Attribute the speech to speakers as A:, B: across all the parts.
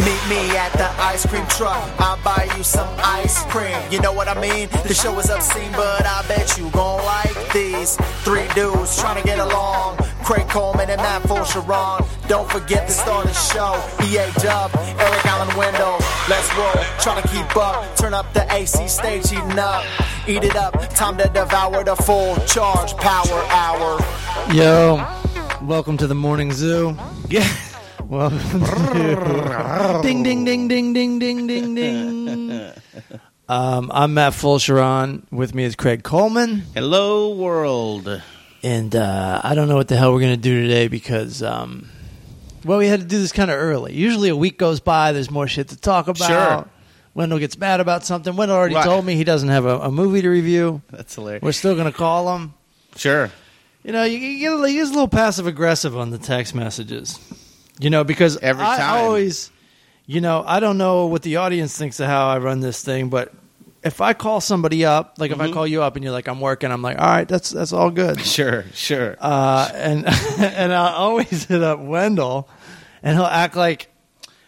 A: at the ice cream truck. I'll buy you some ice cream. You know what I mean? The show is obscene, but I bet you gon' like these three dudes trying to get along. Craig Coleman and Matt Full Sharon. Don't forget to start the show. EA Dub, Eric Allen Window. Let's roll, tryna keep up. Turn up the AC stage, eating up. Eat it up, time to devour the full charge power hour.
B: Yo, welcome to the morning zoo.
C: Yeah.
B: Welcome to ding ding ding ding ding ding ding ding. Um, I'm Matt Fulcheron. With me is Craig Coleman,
C: Hello, world.
B: and uh, I don't know what the hell we're gonna do today because, um, well, we had to do this kind of early. Usually, a week goes by. There's more shit to talk about.
C: Sure.
B: Wendell gets mad about something. Wendell already
C: Right.
B: told me he doesn't have a, a movie to review.
C: That's hilarious.
B: We're still gonna call him.
C: sure.
B: You know, you, you get a, you get a little passive aggressive on the text messages. You know, because
C: Every
B: I
C: time.
B: always, you know, I don't know what the audience thinks of how I run this thing, but if I call somebody up, like
C: Mm-hmm.
B: if I call you up and you're like, I'm working, I'm like, all right, that's that's all good.
C: Sure. Sure.
B: Uh, and and I always hit up Wendell, and he'll act like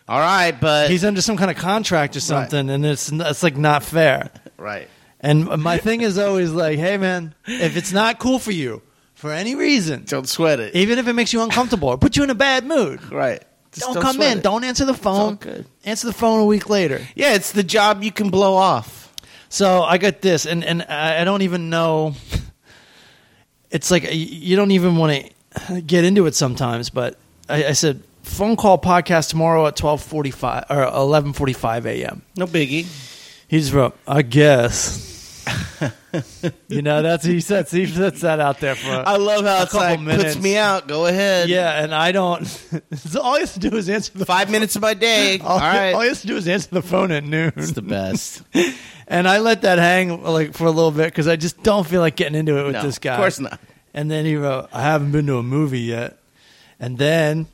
C: All right, but
B: he's under some kind of contract or something, and it's it's like not fair.
C: right.
B: And my thing is always like, hey man, if it's not cool for you for any reason,
C: Don't sweat it.
B: even if it makes you uncomfortable or put you in a bad mood.
C: right. Just
B: don't, come
C: sweat
B: in.
C: it.
B: Don't answer the phone.
C: good.
B: Answer the phone a week later.
C: Yeah, it's the job you can blow off.
B: So I got this, and and I I don't even know. It's like y- you don't even want to get into it sometimes. But I, I said phone call podcast tomorrow at twelve forty five or eleven forty five a.m.
C: No biggie.
B: He just wrote, I guess. you know, that's he sets he sets that out there for.
C: I love how it's
B: couple
C: like
B: minutes.
C: puts me out. Go ahead.
B: yeah, and I don't. so all you have to do is answer the.
C: Five minutes of my day.
B: All,
C: All right.
B: all you have to do is answer the phone at noon.
C: It's the best.
B: And I let that hang like for a little bit because I just don't feel like getting into it with
C: No,
B: this guy.
C: of course not.
B: And then he wrote, "I haven't been to a movie yet." And then,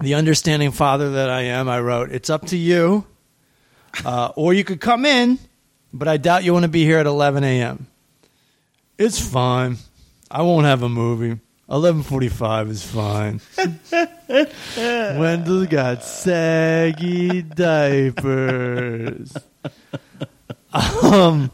B: the understanding father that I am, I wrote, "It's up to you, uh, or you could come in, but I doubt you want to be here at 11 a.m." It's fine. I won't have a movie. 11:45 is fine. Wendell got saggy diapers. Um,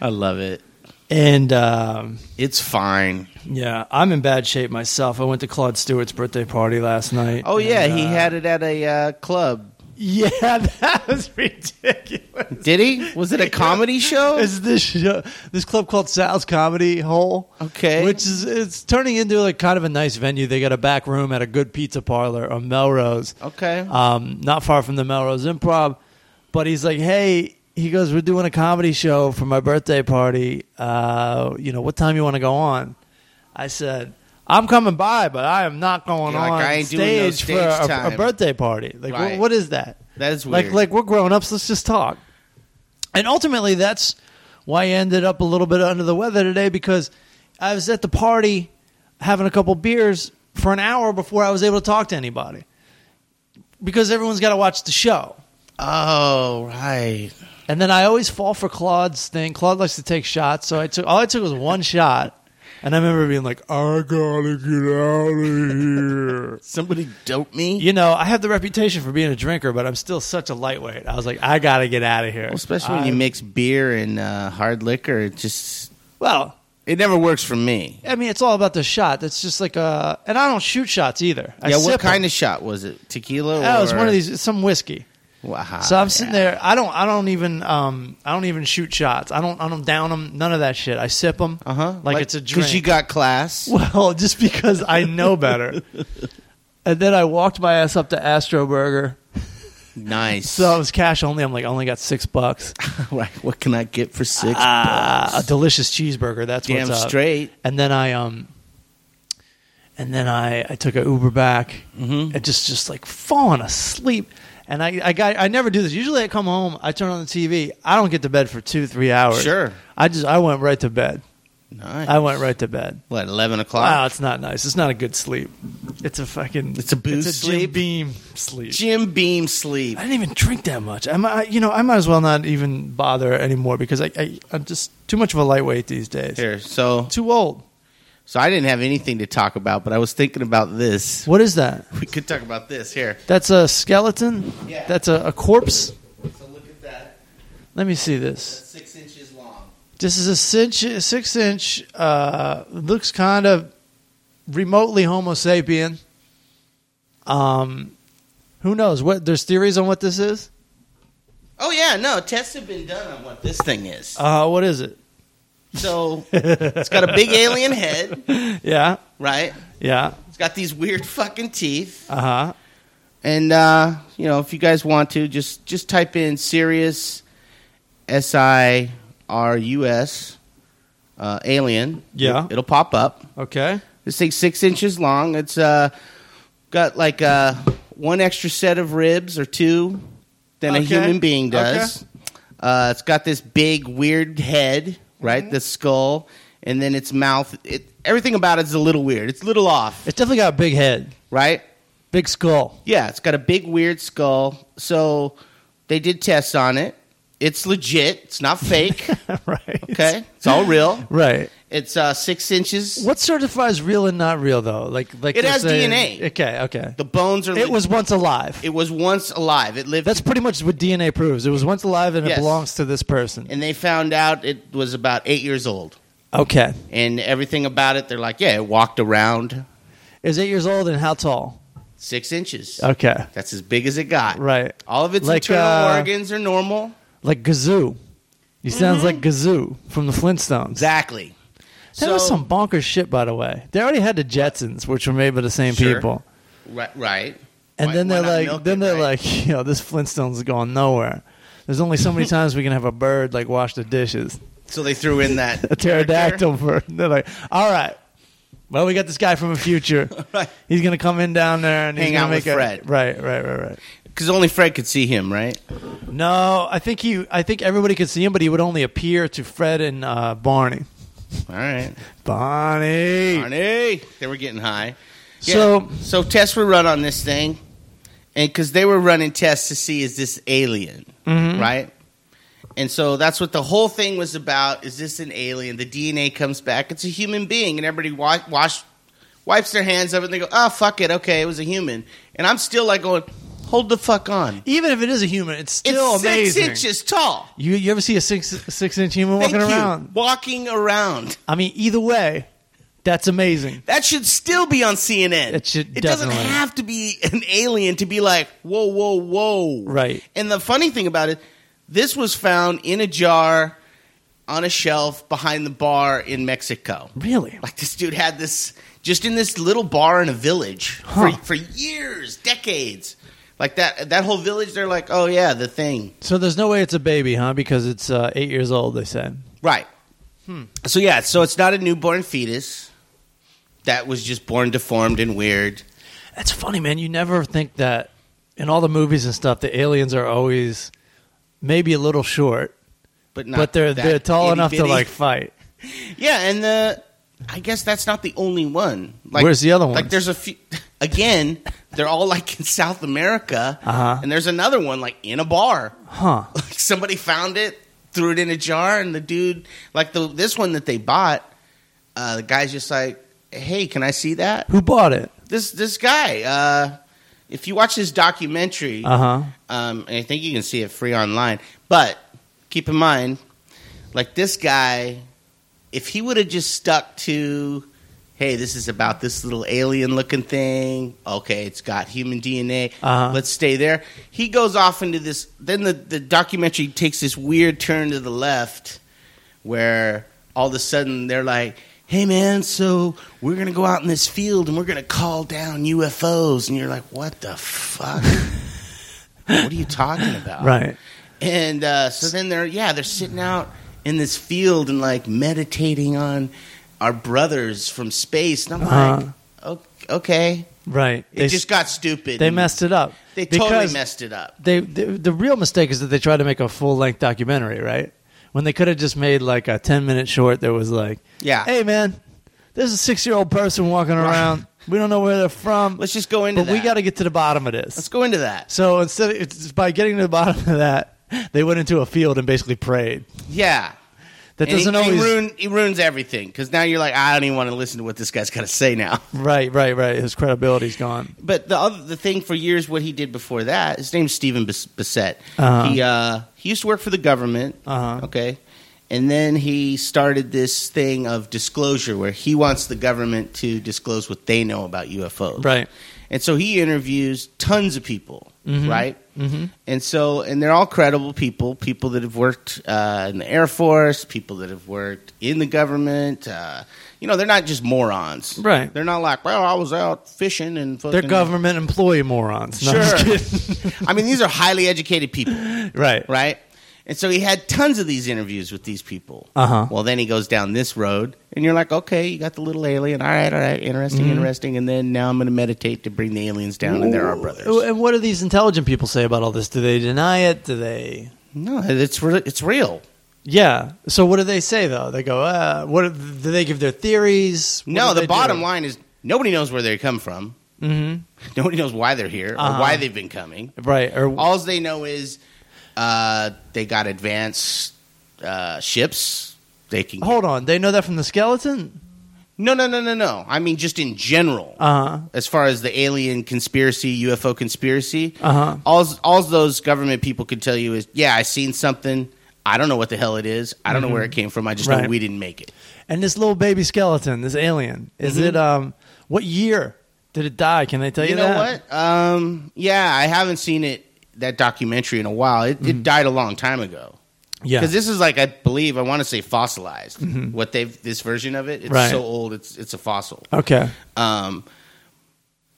C: I love it.
B: and um,
C: It's fine.
B: yeah, I'm in bad shape myself. I went to Claude Stewart's birthday party last night.
C: Oh yeah,
B: and,
C: he
B: uh,
C: had it at a uh, club.
B: Yeah, that was ridiculous.
C: Did he? Was it a comedy show?
B: Is this show, this club called Sal's Comedy Hole?
C: Okay.
B: which is it's turning into like kind of a nice venue. They got a back room at a good pizza parlor on Melrose.
C: Okay.
B: um, not far from the Melrose Improv. But he's like, hey, he goes, we're doing a comedy show for my birthday party. Uh, you know, what time you want to go on? I said, I'm coming by, but I am not going
C: You're like,
B: on
C: "I ain't
B: stage,
C: doing no stage
B: for a- a,
C: time."
B: birthday party. Like, wh-
C: Right.
B: what is that?
C: That is
B: like,
C: weird.
B: like we're grown ups. Let's just talk. And ultimately, that's why I ended up a little bit under the weather today because I was at the party having a couple beers for an hour before I was able to talk to anybody because everyone's got to watch the show.
C: oh right.
B: And then I always fall for Claude's thing. Claude likes to take shots, so I took all I took was one shot. And I remember being like, "I gotta get out of here."
C: Somebody dope me.
B: You know, I have the reputation for being a drinker, but I'm still such a lightweight. I was like, "I gotta get out of here."
C: Well, especially when
B: I-
C: you mix beer and uh, hard liquor, it just
B: well,
C: it never works for me.
B: I mean, it's all about the shot. That's just like uh and I don't shoot shots either. I
C: yeah,
B: sip
C: what kind
B: them.
C: of shot was it? Tequila?
B: Oh,
C: or... Ah,
B: it was one of these. it's Some whiskey.
C: Wow.
B: So I'm sitting there. I don't. I don't even. Um. I don't even shoot shots. I don't. I don't down them. None of that shit. I sip them.
C: Uh huh.
B: Like, it's a drink.
C: Because you got class.
B: Well, just because I know better. and then I walked my ass up to Astro Burger.
C: Nice.
B: So it was cash only. I'm like, I only got six bucks.
C: Right, what can I get for six?
B: Ah, a delicious cheeseburger. That's
C: Damn
B: what's up.
C: straight.
B: And then I um, and then I I took an Uber back
C: Mhm.
B: and just just like falling asleep. And I, I got I never do this. Usually I come home, I turn on the TV. I don't get to bed for two three hours.
C: Sure.
B: I just I went right to bed.
C: Nice.
B: I went right to bed.
C: What? Eleven o'clock.
B: Wow, it's not nice. It's not a good sleep. It's a fucking.
C: It's a booze
B: It's a Jim
C: sleep?
B: beam sleep.
C: Jim Beam sleep.
B: I didn't even drink that much. I'm, I, you know, I might as well not even bother anymore because I, I, I'm just too much of a lightweight these days.
C: Here, so
B: Too old.
C: So I didn't have anything to talk about, but I was thinking about this.
B: What is that?
C: We could talk about this here.
B: That's a skeleton.
C: Yeah.
B: That's a, a corpse.
C: So look at that.
B: Let me see this.
C: Six inches long.
B: This is a cinch, six inch. Uh, looks kind of remotely Homo sapien. Um, who knows what? There's theories on what this is.
C: Oh yeah, no tests have been done on what this thing is.
B: Uh, what is it?
C: So it's got a big alien head,
B: Yeah,
C: right?
B: yeah.
C: It's got these weird fucking teeth.
B: Uh huh.
C: And uh, you know, if you guys want to, just just type in Sirius S I R U S uh, alien.
B: Yeah.
C: It'll, it'll pop up.
B: Okay.
C: This thing's six inches long. It's uh, got like uh, one extra set of ribs or two than a
B: Okay.
C: human being does. Uh, it's got this big weird head, right?
B: Mm-hmm.
C: The skull, and then its mouth. It, everything about it is a little weird. It's a little off,
B: It's definitely got a big head,
C: right?
B: big skull.
C: Yeah, it's got a big weird skull. So they did tests on it. It's legit. It's not fake.
B: right.
C: Okay, it's all real.
B: Right.
C: It's uh, six inches.
B: What certifies real and not real though? Like like
C: It
B: they're
C: has
B: saying-
C: DNA.
B: Okay. Okay.
C: The bones are.
B: It was once alive.
C: It was once alive. It lived.
B: That's pretty much what DNA proves. It was once alive and
C: Yes.
B: it belongs to this person.
C: and they found out it was about eight years old.
B: Okay.
C: And everything about it, they're like, yeah, it walked around
B: It was eight years old and how tall?
C: six inches.
B: Okay.
C: That's as big as it got.
B: Uh, Right.
C: All of its
B: Like,
C: internal
B: uh,
C: organs are normal.
B: Like Gazoo. He sounds like
C: Mm-hmm.
B: Gazoo from the Flintstones.
C: Exactly.
B: that was some bonkers shit, by the way. They already had the Jetsons, which were made by the same
C: Sure.
B: people.
C: Right. right.
B: And
C: Why-
B: then
C: why
B: they're
C: not
B: like,
C: milk
B: then
C: it,
B: they're
C: right?
B: like, you know, this Flintstones is going nowhere. There's only so many times we can have a bird like wash the dishes.
C: So they threw in that
B: A
C: character.
B: pterodactyl bird. They're like, all right. Well, we got this guy from the future.
C: Right.
B: He's gonna come in down there and he's
C: Hang
B: gonna
C: out
B: make
C: with
B: a
C: Fred.
B: right, right, right, right.
C: Because only Fred could see him, right?
B: No, I think he. I think everybody could see him, but he would only appear to Fred and uh, Barney.
C: All right.
B: Barney.
C: Arnie. They were getting high. Yeah.
B: So
C: So tests were run on this thing, and because they were running tests to see is this alien,
B: Mm-hmm.
C: right? And so that's what the whole thing was about: is this an alien? The DNA comes back; it's a human being, and everybody wa- wash wipes their hands of it. and They go, "Oh fuck it, okay, it was a human." And I'm still like going, "Hold the fuck on!"
B: even if it is a human, it's
C: It's
B: still
C: six
B: amazing.
C: inches tall.
B: You you ever see a six six inch human
C: Thank
B: walking
C: you.
B: around?
C: Walking around.
B: I mean, either way, that's amazing.
C: That should still be on CNN.
B: It should
C: It doesn't
B: definitely.
C: have to be an alien to be like, whoa, whoa, whoa.
B: Right.
C: And the funny thing about it, this was found in a jar on a shelf behind the bar in Mexico.
B: Really?
C: Like this dude had this just in this little bar in a village
B: Huh.
C: for, for years, decades. Like that that whole village, they're like, oh yeah, the thing.
B: So there's no way it's a baby, huh? Because it's uh, eight years old. They said.
C: Right.
B: Hmm.
C: So yeah, so it's not a newborn fetus that was just born deformed and weird.
B: That's funny, man. You never think that in all the movies and stuff, the aliens are always maybe a little short,
C: But, not
B: but they're
C: that
B: they're tall enough to
C: itty-bitty.
B: like fight.
C: Yeah, and the I guess that's not the only one. Like,
B: Where's the other
C: Like,
B: ones?
C: there's a few. Again, they're all like in South America,
B: Uh-huh.
C: and there's another one like in a bar.
B: Huh.
C: Like somebody found it, threw it in a jar, and the dude, like the this one that they bought, uh, the guy's just like, "Hey, can I see that?"
B: Who bought it?
C: This this guy. Uh, if you watch this documentary,
B: Uh huh.
C: um, and I think you can see it free online. But keep in mind, like this guy, if he would have just stuck to, hey, this is about this little alien looking thing. Okay, it's got human DNA.
B: Uh-huh.
C: Let's stay there. He goes off into this. Then the, the documentary takes this weird turn to the left where all of a sudden they're like, hey, man, so we're going to go out in this field and we're going to call down UFOs. And you're like, what the fuck? what are you talking about?
B: Right.
C: And uh, so then they're yeah they're sitting out in this field and like meditating on our brothers from space. And I'm
B: Uh-huh.
C: like, "O- okay,
B: Right.
C: it just got stupid.
B: they
C: And
B: messed it up.
C: They
B: Because
C: totally messed it up.
B: They, the the real mistake is that they tried to make a full length documentary, right? When they could have just made like a ten minute short that was like,
C: Yeah.
B: hey man, there's a six year old person walking around. we don't know where they're from,
C: Let's just go into
B: but
C: that.
B: we got to get to the bottom of this.
C: Let's go into that.
B: So instead, of, it's by getting to the bottom of that, they went into a field and basically prayed.
C: Yeah,
B: That
C: And he-
B: doesn't
C: he,
B: always
C: ruin, he ruins everything because now you're like, I don't even want to listen to what this guy's got to say now.
B: right, right, right. His credibility's gone.
C: But the other the thing for years, what he did before that, his name's Stephen Bis- Bissett.
B: Uh-huh.
C: He uh, he used to work for the government.
B: Uh-huh.
C: Okay, and then he started this thing of disclosure, where he wants the government to disclose what they know about UFOs.
B: Right.
C: And so he interviews tons of people,
B: Mhm.
C: right?
B: Mm-hmm.
C: And so, and they're all credible people, people that have worked uh, in the Air Force, people that have worked in the government. Uh, you know, they're not just morons.
B: Right.
C: They're not like, well, I was out fishing and fucking.
B: They're government employee morons. No, I'm just kidding.
C: I mean, these are highly educated people,
B: right.
C: right? And so he had tons of these interviews with these people.
B: Uh-huh.
C: Well, then he goes down this road, and you're like, okay, you got the little alien. All right, all right, interesting,
B: Mm-hmm.
C: interesting. And then now I'm going to meditate to bring the aliens down, and they're our
B: Ooh,
C: brothers.
B: And what do these intelligent people say about all this? Do they deny it? Do they?
C: No, it's re- it's real.
B: Yeah. So what do they say though? They go, uh, what do they give their theories? What
C: No,
B: do
C: the
B: they
C: bottom
B: do?
C: line is nobody knows where they come from. Nobody knows why they're here or
B: Uh-huh.
C: why they've been coming.
B: Mm-hmm. Right. Or
C: All they know is uh, they got advanced uh, ships. They can
B: hold on, they know that from the skeleton.
C: no, no, no, no, no. I mean, just in general,
B: Uh huh.
C: as far as the alien conspiracy, UFO conspiracy,
B: Uh huh.
C: all all those government people can tell you is, yeah, I seen something. I don't know what the hell it is. I don't know where it came from. I just know
B: Mm-hmm. Right.
C: we didn't make it.
B: And this little baby skeleton, this alien, is it? Um, what year did it die? Can they tell you,
C: Mm-hmm. You know
B: that?
C: what? Um, yeah, I haven't seen it that documentary in a while. It, it died a long time
B: Mm-hmm.
C: ago.
B: Yeah. Mm-hmm.
C: Because this is like I believe I want to say fossilized. What they've this version of it, it's
B: Right.
C: so old, it's it's a fossil.
B: okay.
C: Um,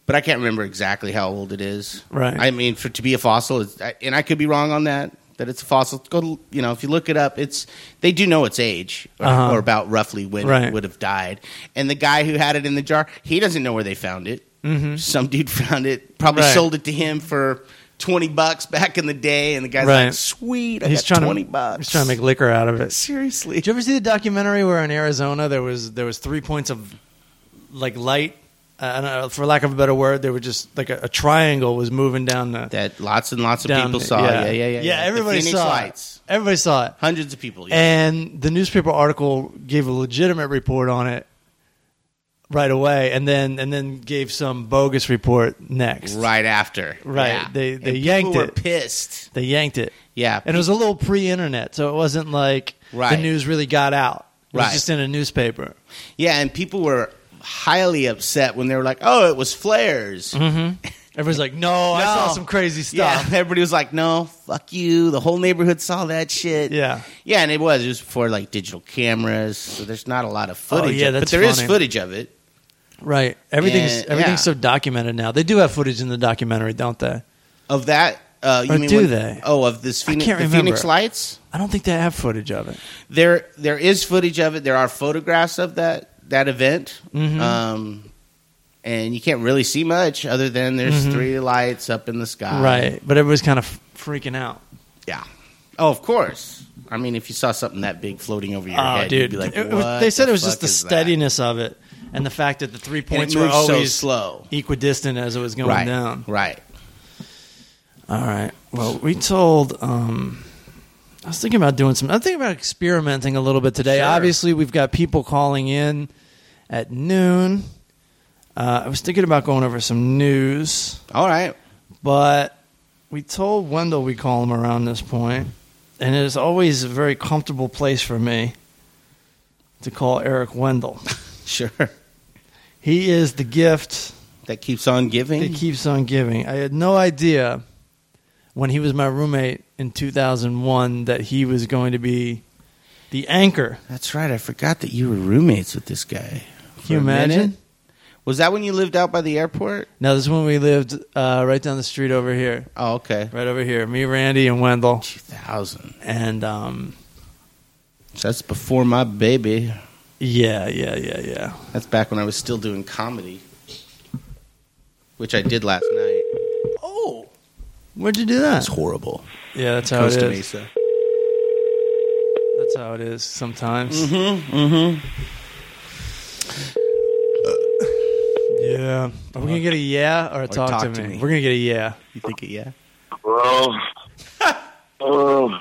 C: but I can't remember exactly how old it is.
B: Right.
C: I mean, for to be a fossil, it's, I- and I could be wrong on that. That it's a fossil. Go, to- you know, if you look it up, it's they do know its age or,
B: Uh-huh.
C: or about roughly when
B: Right.
C: it would have died. And the guy who had it in the jar, he doesn't know where they found it. Mm-hmm. Some dude found it, probably
B: Right.
C: sold it to him for twenty bucks back in the day, and the guy's
B: Right.
C: like, "Sweet, I
B: He's
C: got
B: trying
C: twenty
B: to
C: bucks."
B: He's trying to make liquor out of it.
C: seriously.
B: Did you ever see the documentary where in Arizona there was there was three points of like light? Uh, I don't know, for lack of a better word, they were just like a, a triangle was moving down the
C: That lots and lots of
B: down
C: people
B: the-
C: saw. Yeah, yeah, yeah.
B: yeah.
C: The
B: everybody
C: Phoenix
B: saw
C: Lights.
B: it. Everybody saw it.
C: Hundreds of people. Yeah.
B: And the newspaper article gave a legitimate report on it right away, and then and then gave some bogus report next.
C: right after.
B: Right.
C: Yeah.
B: They- they
C: And
B: yanked
C: people
B: it.
C: Were pissed.
B: They yanked it,
C: Yeah.
B: and it was a little pre-internet, so it wasn't like
C: Right.
B: the news really got out. It was
C: Right.
B: just in a newspaper.
C: yeah, and people were highly upset when they were like, "Oh, it was flares."
B: Mm-hmm. Everyone's like, "No, I saw
C: Mm-hmm. No.
B: some crazy
C: Yeah,
B: stuff."
C: everybody was like, "No, fuck you." The whole neighborhood saw that shit.
B: Yeah.
C: Yeah, and it was it was before like digital cameras, so there's not a lot of footage.
B: Oh, yeah,
C: of- but
B: that's
C: there is
B: funny.
C: footage of it.
B: Right. Everything's
C: And-
B: everything's so
C: yeah.
B: documented now. They do have footage in the documentary, don't they?
C: Of that uh you
B: Or
C: mean
B: do
C: when-
B: they?
C: Oh, of this Phoenix
B: can't
C: the Phoenix
B: remember.
C: lights?
B: I don't think they have footage of it.
C: There, there is footage of it. There are photographs of that that event,
B: Mhm.
C: um, and you can't really see much other than there's three lights up in the sky.
B: Mm-hmm. right. But everybody's kind of freaking out.
C: Yeah. Oh, of course. I mean, if you saw something that big floating over your
B: Oh,
C: head,
B: dude.
C: you'd be like,
B: It- it was-
C: "What
B: they said
C: the
B: it was
C: fuck
B: just the
C: is that?"
B: steadiness of it and the fact that the three
C: And it
B: points were
C: moves so
B: always
C: slow.
B: equidistant as it was going
C: right.
B: down.
C: Right.
B: All right. Well, we told. Um, I was thinking about doing some. I'm thinking about experimenting a little bit today.
C: Sure.
B: Obviously, we've got people calling in at noon. Uh, I was thinking about going over some news,
C: All right.
B: but we told Wendell we call him around this point, and it is always a very comfortable place for me to call Eric Wendell.
C: Sure.
B: He is the gift
C: That keeps on
B: that
C: giving.
B: keeps on giving. I had no idea when he was my roommate in 2001 that he was going to be the anchor.
C: That's right. I forgot that you were roommates with this guy.
B: Can you imagine?
C: Was that when you lived out by the airport?
B: Now this is when we lived uh, right down the street over here,
C: Oh, okay.
B: right over here. Me, Randy, and Wendell,
C: Two thousand.
B: and um,
C: So that's before my baby.
B: yeah, yeah, yeah, yeah.
C: That's back when I was still doing comedy, which I did last night.
B: Oh, where'd you do that?
C: That's horrible.
B: Yeah, that's how it
C: Costa
B: is.
C: Mesa.
B: That's how it is sometimes. mm-hmm. Yeah. Are we gonna get a yeah or a talk,
C: talk
B: to,
C: to
B: me?
C: me.
B: We're gonna get a yeah.
C: You think it? Yeah.
D: Well, uh,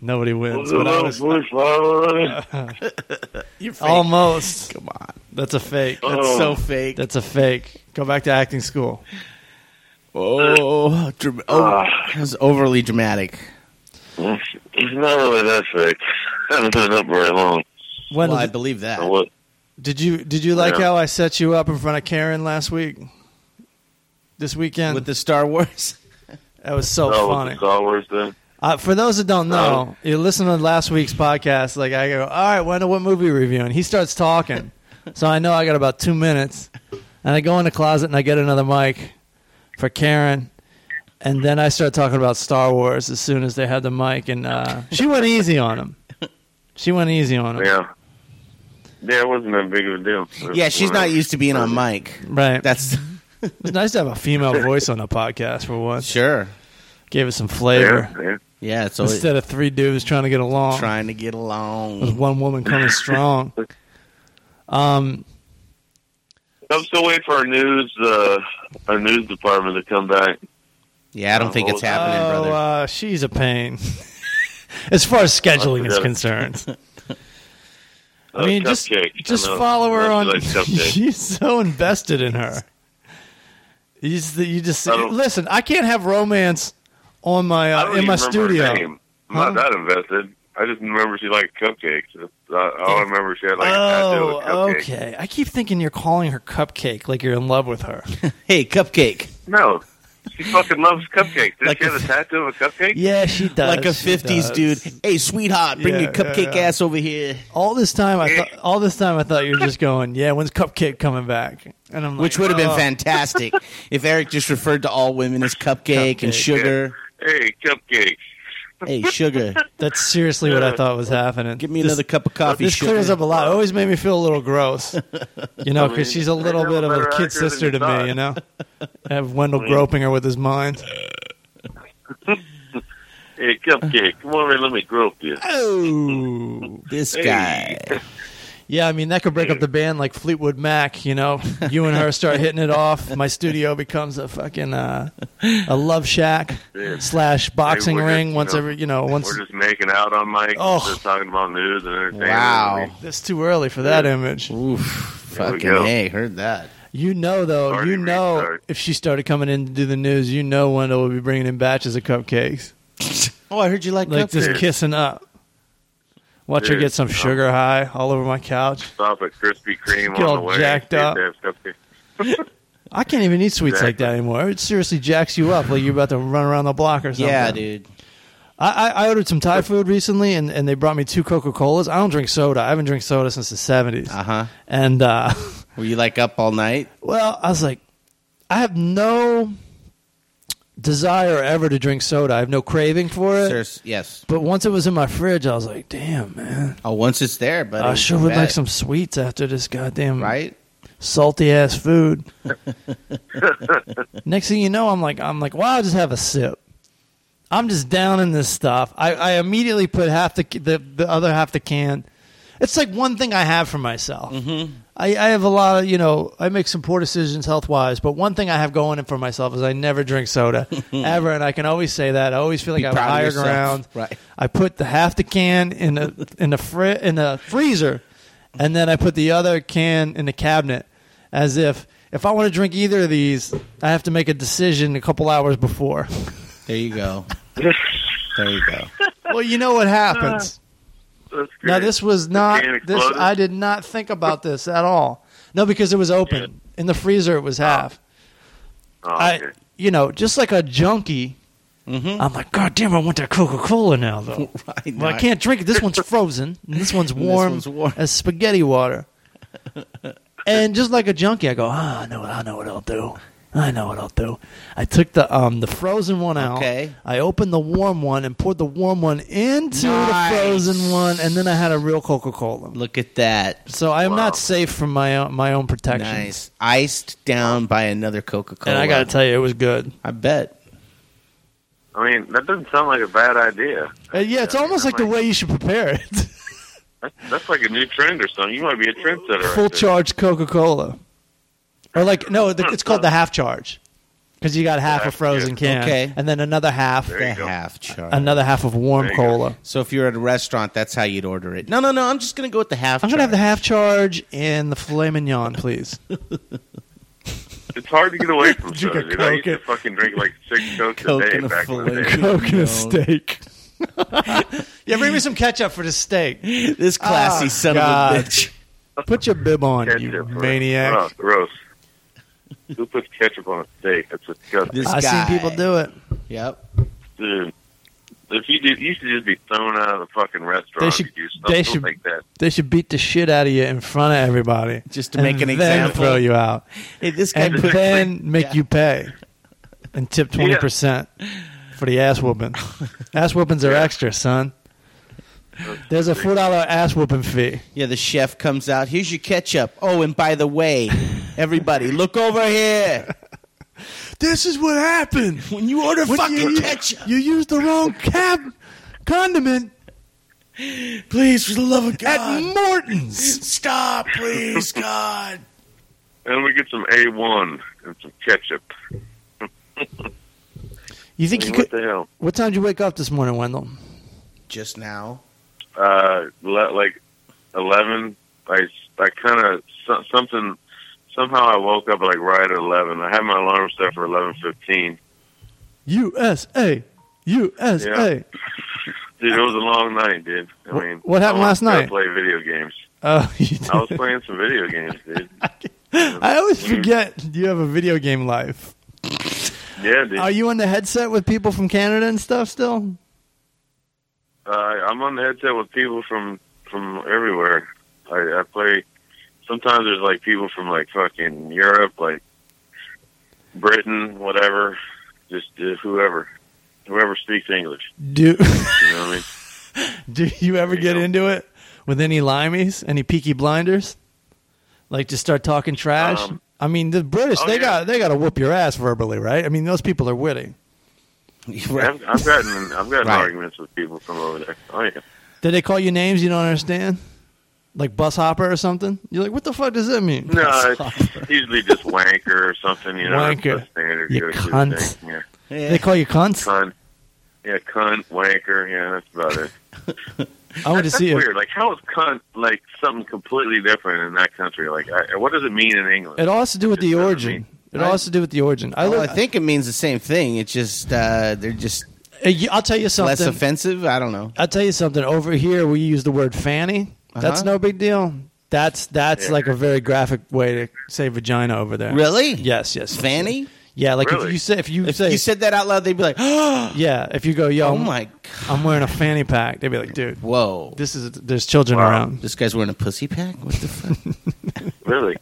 B: Nobody wins.
D: Was it
B: but I
D: little
B: was- Uh.
D: bush already?
B: almost. Come on. That's a fake.
D: Oh.
C: Oh, That's so fake.
B: That's a fake. Go back to acting school.
C: oh, dra- oh,
D: Ah.
C: that was overly dramatic.
D: It's it's not really that fake. I haven't been up very long.
B: When
C: well, I
B: did-
C: believe that.
D: So what?
B: did you did you like
D: Yeah.
B: how I set you up in front of Karen last week? This weekend,
C: With the Star Wars,
B: that was so
D: Oh, with
B: funny.
D: the Star Wars thing?
B: Uh, for those that don't know, you listen to last week's podcast. Like I go, all right, Wendell, what movie are we reviewing? He starts talking, so I know I got about two minutes, and I go in the closet and I get another mic for Karen, and then I start talking about Star Wars as soon as they had the mic, and uh, she went easy on him. She went easy on him.
D: Yeah. Yeah, it wasn't that big of a deal.
C: yeah, she's not used to being on
D: my.
C: mic.
B: Right.
C: That's
B: it's nice to have a female voice on a podcast for once.
C: sure.
B: Gave it some
D: Yeah,
B: flavor
D: yeah.
C: Yeah, it's always
B: instead of three dudes trying to get along.
C: trying to get
B: with
C: along.
B: one woman coming strong. Um,
D: I'm still waiting for our news, uh, our news department to come back.
C: Yeah, I don't think it's
D: Oh,
C: happening,
B: oh,
C: brother.
B: uh, she's a pain as far as scheduling is
D: Yeah.
B: concerned.
D: Uh,
B: I mean, just
D: Cupcake. I
B: just
D: know.
B: follow her
D: She
B: on.
D: likes Cupcake.
B: She's so invested in her. You just, you just
D: I don't-
B: listen. I can't have romance on my
D: I
B: uh,
D: don't
B: in
D: even
B: my
D: remember Her
B: studio.
D: name. I'm not
B: Huh?
D: that invested. I just remember she liked cupcakes. That's- uh, All I remember she had like a tattoo
B: Oh,
D: with cupcake.
B: okay. I keep thinking you're calling her cupcake, like you're in love with her.
C: Hey, cupcake.
D: No, she fucking loves cupcakes. Did
C: Like
D: she
C: a-
D: have a tattoo of a cupcake?
B: yeah, she does.
C: like a
B: she
C: fifties
B: does.
C: dude. Hey, sweetheart, bring
B: Yeah,
C: your cupcake
B: yeah, yeah.
C: ass over here.
B: All this time, I
D: Yeah.
B: thought. All this time, I thought you were just going, "Yeah, when's Cupcake coming back?" And I'm like,
C: Which would have been
B: "Oh."
C: fantastic if Eric just referred to all women as cupcake,
B: Cupcake.
C: and sugar.
D: Hey, cupcakes.
C: Hey, sugar,
B: That's seriously what I thought was happening.
C: give me
B: This-
C: another cup of coffee.
B: This
C: sugar.
B: clears up a lot. It always made me feel a little gross, you know, because she's a little
D: they know
B: bit of a
D: better
B: kid
D: actor than
B: sister
D: you
B: to me, you know. I have Wendell groping her with his mind.
D: Hey, cupcake. Come over and let me grope you.
B: Uh,
C: Oh, this guy.
B: Yeah, I mean that could break up the band like Fleetwood Mac, you know. You and her start hitting it off. My studio becomes a fucking uh, a love shack
D: Yeah.
B: slash boxing
D: we're just,
B: ring.
D: you
B: Once
D: know,
B: every, you know, once
D: We're just making out on mic.
B: Oh.
D: Just talking about news and entertainment.
C: Wow.
B: it's too early for that image.
C: Oof.
D: There we
C: Fucking
D: go.
C: hey, heard that.
B: You know, though,
D: Already
B: you know,
D: restarted.
B: if she started coming in to do the news, you know, Wendell would be bringing in batches of cupcakes,
C: Oh, I heard you like,
B: like
C: cupcakes.
B: just kissing up. Watch her
D: Dude,
B: get some
D: no.
B: sugar high all over my couch.
D: Stop at Krispy Kreme
B: Get
D: on
B: all
D: the way.
B: jacked
D: See if
B: up.
D: they have cupcakes.
B: I can't even eat sweets like that anymore. It seriously jacks you up, like you're about to run around the block or something.
C: Yeah, dude.
B: I, I, I ordered some Thai food recently, and, and they brought me two Coca Colas. I don't drink soda. I haven't drank soda since the '70s.
C: Uh huh.
B: And uh,
C: Were you like up all night?
B: Well, I was like, I have no desire ever to drink soda. I have no craving for it.
C: Sir, yes.
B: But once it was in my fridge, I was like, damn, man.
C: Oh, once it's there, but
B: I sure would like some sweets after this goddamn
C: Right?
B: salty ass food. Next thing you know, I'm like, I'm like, well, I'll just have a sip. I'm just down in this stuff. I, I immediately put half the, the the other half the can. It's like one thing I have for myself. Mm-hmm. I, I have a lot of you know. I make some poor decisions health wise, but one thing I have going in for myself is I never drink soda ever, and I can always say that. I always feel like
C: Be
B: I'm
C: proud of
B: higher
C: yourself.
B: ground.
C: Right.
B: I put the half the can in the in the fri- in the freezer, and then I put the other can in the cabinet, as if if I want to drink either of these, I have to make a decision a couple hours before.
C: There you go. there you go.
B: well, you know what happens.
D: That's great.
B: Now this was not
D: can
B: this.
D: exploded?
B: I did not think about this at all. No, because it was open in the freezer. It was half.
D: Oh,
B: I,
D: okay.
B: you know, just like a junkie.
C: Mm-hmm.
B: I'm like, God damn! I want that Coca Cola now, though.
C: Right.
B: Well, I can't drink it. This one's frozen. And this one's
C: this
B: warm,
C: one's warm.
B: as spaghetti water. and just like a junkie, I go, ah, I know, I know what I'll do. I know what I'll do. I took the um the frozen one out.
C: Okay.
B: I opened the warm one and poured the warm one into
C: Nice.
B: the frozen one, and then I had a real Coca Cola.
C: Look at that.
B: So I am
D: Wow.
B: not safe from my own, my own protection.
C: Nice. Iced down by another Coca Cola.
B: And I gotta tell you, it was good.
C: I bet.
D: I mean, that doesn't sound like a bad idea.
B: Uh, yeah, it's almost like the way you should prepare it.
D: That's, that's like a new trend or something. You might be a trendsetter.
B: Full
D: right there.
B: charge Coca Cola, or like no, the, it's called the half charge. because you got half a
D: Yeah,
B: frozen
D: yeah.
B: can,
C: Okay.
B: and then another half,
D: There
C: The
D: you go.
C: half chart.
B: another half of warm
D: There you go.
B: cola.
C: so if you're at a restaurant, that's how you'd order it. No, no, no. I'm just gonna go with the half.
B: I'm
C: chart.
B: gonna have the half charge and the filet mignon, please.
D: It's hard to get away from
B: Drink
D: soda.
B: a
D: dude. I used to
B: Coke.
D: fucking drink like six cokes
C: Coke
D: a day
C: and a
D: back in the
C: filet.
D: day.
B: Coke and
C: No.
B: a steak. yeah, bring me some ketchup for the steak.
C: this classy
B: Ah,
C: son
B: God.
C: of a bitch.
B: Put your bib on, you
D: Ketchup, bro.
B: maniac.
D: Oh, gross. Who puts ketchup on a steak? That's disgusting,
C: This
B: I've
C: guy.
B: seen people do it.
C: Yep.
D: dude. If you did, you should just be thrown out of the fucking restaurant.
B: They should-
D: if you do
B: they
D: something
B: should-
D: like that.
B: They should beat the shit out of you in front of everybody,
C: Just to
B: and
C: make an
B: then
C: example.
B: Throw you out,
C: Hey, this guy
B: and
D: put-
B: then make
C: Yeah.
B: you pay, and tip twenty percent for the ass whooping. ass whoopings are
D: Yeah.
B: extra, son. There's a four dollar ass whooping fee.
C: Yeah, the chef comes out. Here's your ketchup. Oh, and by the way, everybody, look over here.
B: This is what happened.
C: When you order
B: When
C: fucking
B: you,
C: ketchup,
B: You used the wrong cab condiment
C: please, for the love of
B: at Morton's.
C: stop, please, God.
D: And we get some A one and some ketchup.
B: You
D: I
B: think
D: mean,
B: you
D: what
B: could?
D: the hell?
B: What time did you wake up this morning, Wendell?
C: Just now,
D: Uh, le- like eleven. I I kind of so, something. Somehow I woke up like right at eleven. I had my alarm set for eleven fifteen.
B: USA, USA.
D: Dude, it was a long night, dude. I
B: Wh-
D: mean,
B: what happened
D: I
B: last
D: wanted to
B: night?
D: Play video games.
B: Oh, you did.
D: I was playing some video games, dude.
B: I always forget you have a video game life.
D: Yeah, dude.
B: Are you on the headset with people from Canada and stuff still?
D: Uh, I'm on the headset with people from from everywhere. I, I play. Sometimes there's like people from like fucking Europe, like Britain, whatever. Just uh, whoever, whoever speaks English.
B: Do
D: You know what I mean?
B: Do you ever
D: You
B: get
D: know.
B: into it with any limeys, any Peaky Blinders? Like just start talking trash.
D: Um,
B: I mean, the British
D: oh,
B: they
D: yeah.
B: got they got to whoop your ass verbally, right? I mean, those people are witty.
D: I've, I've gotten I've
C: Right.
D: gotten arguments with people from over there. Oh yeah.
B: Did they call you names you don't understand? Like bus hopper or something? You're like, what the fuck does that mean?
D: No, it's usually just wanker or something. You know, that's
B: Wanker.
D: the standard.
B: You
D: go-to
B: cunt.
D: thing, Yeah.
B: They call you cunts.
D: Cunt. Yeah, cunt, wanker. Yeah, that's about it.
B: I want to
D: That's
B: see if
D: weird. Like, how is cunt like something completely different in that country? Like, I, what does it mean in England?
B: it all has to do with the
D: Doesn't
B: origin.
D: mean-
B: It all has to do with the origin. I,
C: well, Oh, I
B: look,
C: think it means the same thing. It's just uh, they're just
B: I'll tell you something.
C: less offensive. I don't know.
B: I'll tell you something. Over here, we use the word fanny. That's
C: Uh-huh.
B: no big deal. That's that's
D: Yeah.
B: like a very graphic way to say vagina over there.
C: Really?
B: Yes, yes. yes.
C: Fanny?
B: Yeah, like if
D: Really?
B: you say if you
C: If
B: say
C: you said that out loud, they'd be like, "Oh
B: yeah, if you go yo,
C: oh my god,
B: I'm wearing a fanny pack. They'd be like, dude,
C: whoa,
B: this is there's children
D: Wow.
B: around.
C: this guy's wearing a pussy pack. What the fuck?"
D: Really?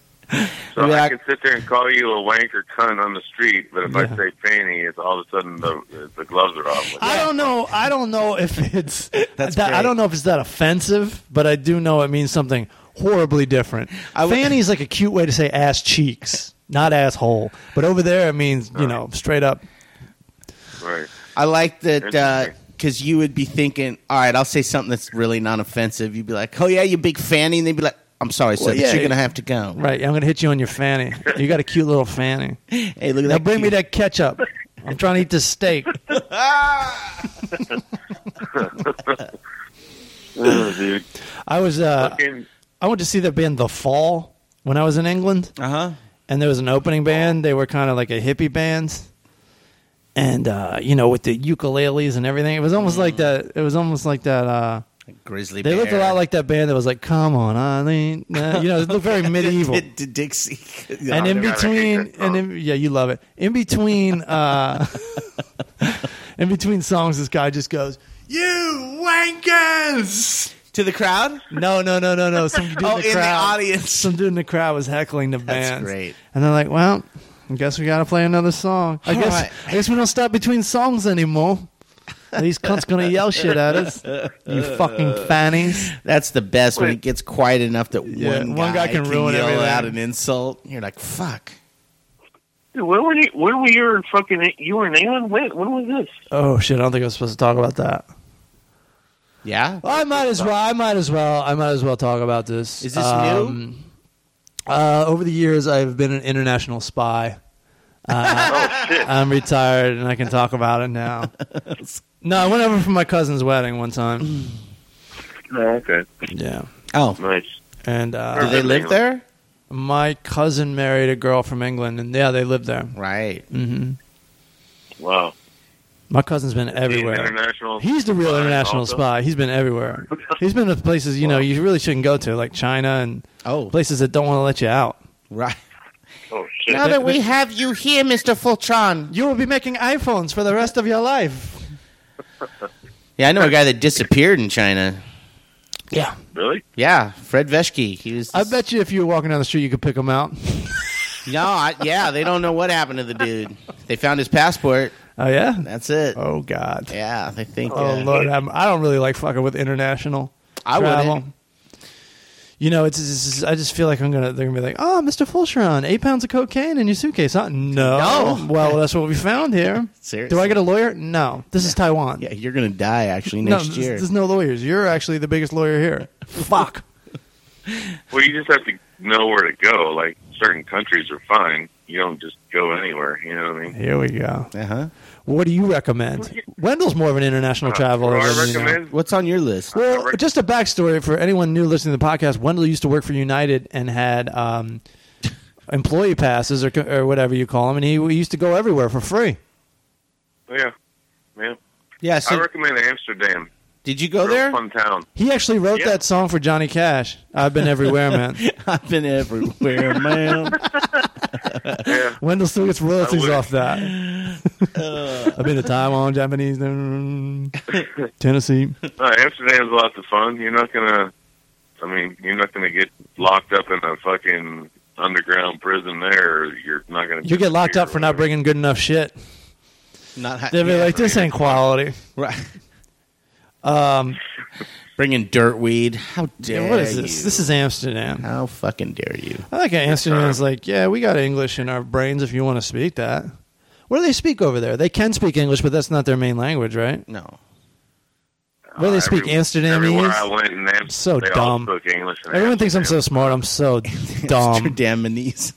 D: So
C: Yeah, I-
D: I can sit there and call you a wanker cunt on the street, but if
B: Yeah.
D: I say fanny, it's all of a sudden the, the gloves are off. Like,
B: I don't know. I don't know if it's
C: That's
B: that, I
C: great.
B: don't know if it's that offensive, but I do know it means something horribly different.
C: I would-
B: fanny is like a cute way to say ass cheeks, not asshole. But over there, it means you know straight up
D: right.
C: I like that
D: Interesting.
C: because you would be thinking, all right, I'll say something that's really non offensive. You'd be like, oh, yeah, you big fanny. And they'd be like, I'm sorry, sir,
B: Well,
C: but
B: yeah.
C: you're going to have to go.
B: Right, I'm gonna hit you on your fanny. You got a cute little fanny.
C: Hey, look at
B: Now
C: that.
B: bring me
C: cute-
B: that ketchup. I'm trying to eat this steak.
D: Oh, dude.
B: I was uh,
D: Fucking-
B: I went to see the band The Fall when I was in England,
C: Uh-huh.
B: and there was an opening band. They were kind of like a hippie band, and uh, you know, with the ukuleles and everything. It was almost like that. It was almost like that. Uh,
C: Grizzly
B: they
C: bear.
B: looked a lot like that band that was like, "Come on, Eileen," uh, you know, it looked very medieval.
C: to Dixie.
B: and in
D: God, I hate
B: between
D: that
B: and in, yeah you love it in between uh in between songs this guy just goes you wankers
C: to the crowd?
B: no no no no no some dude in
C: Oh, in
B: the
C: the
B: crowd
C: audience.
B: some dude in the crowd was heckling the band
C: great.
B: and they're like well i guess we gotta play another song i
C: All
B: guess
C: right.
B: i guess we don't stop between songs anymore these cunts gonna yell shit at us you fucking fannies
C: That's the best when
D: Wait.
C: it gets quiet enough that
B: Yeah,
C: one,
B: one guy can ruin
C: yell
B: everything.
C: out an insult. You're like, fuck.
D: Dude, when were you? When were you in fucking? You were in England. When? When was this?
B: oh shit i don't think i was supposed to talk about that
C: Yeah?
B: I might as well. I might as well. I might as well talk about this. Um,
C: Is this
B: new? Uh, over the years, I've been an international spy.
D: oh shit!
B: I'm retired and I can talk about it now. No, I went over for my cousin's wedding one
C: Mm.
B: time.
D: No, okay,
B: Yeah.
C: Oh,
D: nice.
B: And
C: do
B: uh,
C: they live there?
B: my cousin married a girl from England, and yeah, they lived there.
C: Right.
B: hmm
D: Wow.
B: My cousin's been everywhere.
D: International.
B: He's the real
D: spy
B: international
D: also?
B: spy. He's been everywhere. He's been to places you know you really shouldn't go to, like China and
C: Oh,
B: places that don't want to let you out.
C: right.
D: Oh shit!
C: Now that we have you here, Mister Fultron.
B: You will be making iPhones for the rest of your life.
C: Yeah, I know a guy that disappeared in China.
B: Yeah,
D: Really?
C: Yeah, Fred Veshke. He was.
B: I bet you if you were walking down the street, you could pick him out.
C: No, I, yeah, they don't know what happened to the dude. They found his passport.
B: Oh yeah.
C: That's it.
B: Oh god.
C: Yeah, they think.
B: Oh
C: uh,
B: lord, I'm, I don't really like fucking with international.
C: I
B: travel.
C: wouldn't.
B: You know, it's, it's, it's- I just feel like I'm gonna. They're gonna be like, "Oh, Mr. Fulcheron, eight pounds of cocaine in your suitcase." Huh? No.
C: No.
B: Well, that's what we found here.
C: Seriously.
B: Do I get a lawyer? No. This is Taiwan.
C: Yeah, you're gonna die actually
B: no,
C: next
B: there's,
C: year.
B: there's no lawyers. You're actually the biggest lawyer here. Fuck.
D: Well, you just have to know where to go. Like certain countries are fine. You don't just go anywhere. You know what I mean?
B: Here we go.
C: Uh huh.
B: What do you Uh, recommend? Wendell's more of an international traveler.
D: Well, I
B: than, you know.
D: recommend.
C: What's on your list?
B: Well,
D: rec-
B: just a backstory for anyone new listening to the podcast. Wendell used to work for United and had um, employee passes or, co- or whatever you call them, and he, he used to go everywhere for free.
D: Yeah, yeah.
C: Yeah. So
D: I recommend Amsterdam.
C: did you go
D: Real
C: there?
D: fun town.
B: He actually wrote
D: Yeah.
B: that song for Johnny Cash. I've been everywhere, man.
C: I've been everywhere, man.
D: Yeah.
B: Wendell still gets
D: I
B: royalties
D: would.
B: off that.
C: Uh,
B: I've been to Taiwan, Japanese, Tennessee.
D: No, Amsterdam's lots of fun. You're not gonna. I mean, you're not gonna get locked up in a fucking underground prison there. Or you're not gonna.
B: You get locked up for not
D: disappear
B: bringing good enough shit.
C: Not
B: They'll be
C: yeah,
B: like, "This ain't quality."
C: right.
B: Um,
C: bringing dirt weed. How dare
B: what is
C: you?
B: this? This is Amsterdam.
C: How fucking dare you?
B: I like how Amsterdam's like, yeah, we got English in our brains if you want to speak that. What do they speak over there? They can speak English, but that's not their main language, right?
C: No.
D: or
B: Well, they
D: whatever.
B: speak
D: Uh, Every-
B: Amsterdamese.
D: Everywhere I went in Amsterdam,
B: So
D: they
B: dumb.
D: All spoke English in
B: Everyone thinks I'm so
D: Amsterdam.
B: smart. I'm so dumb.
C: Amsterdaminese.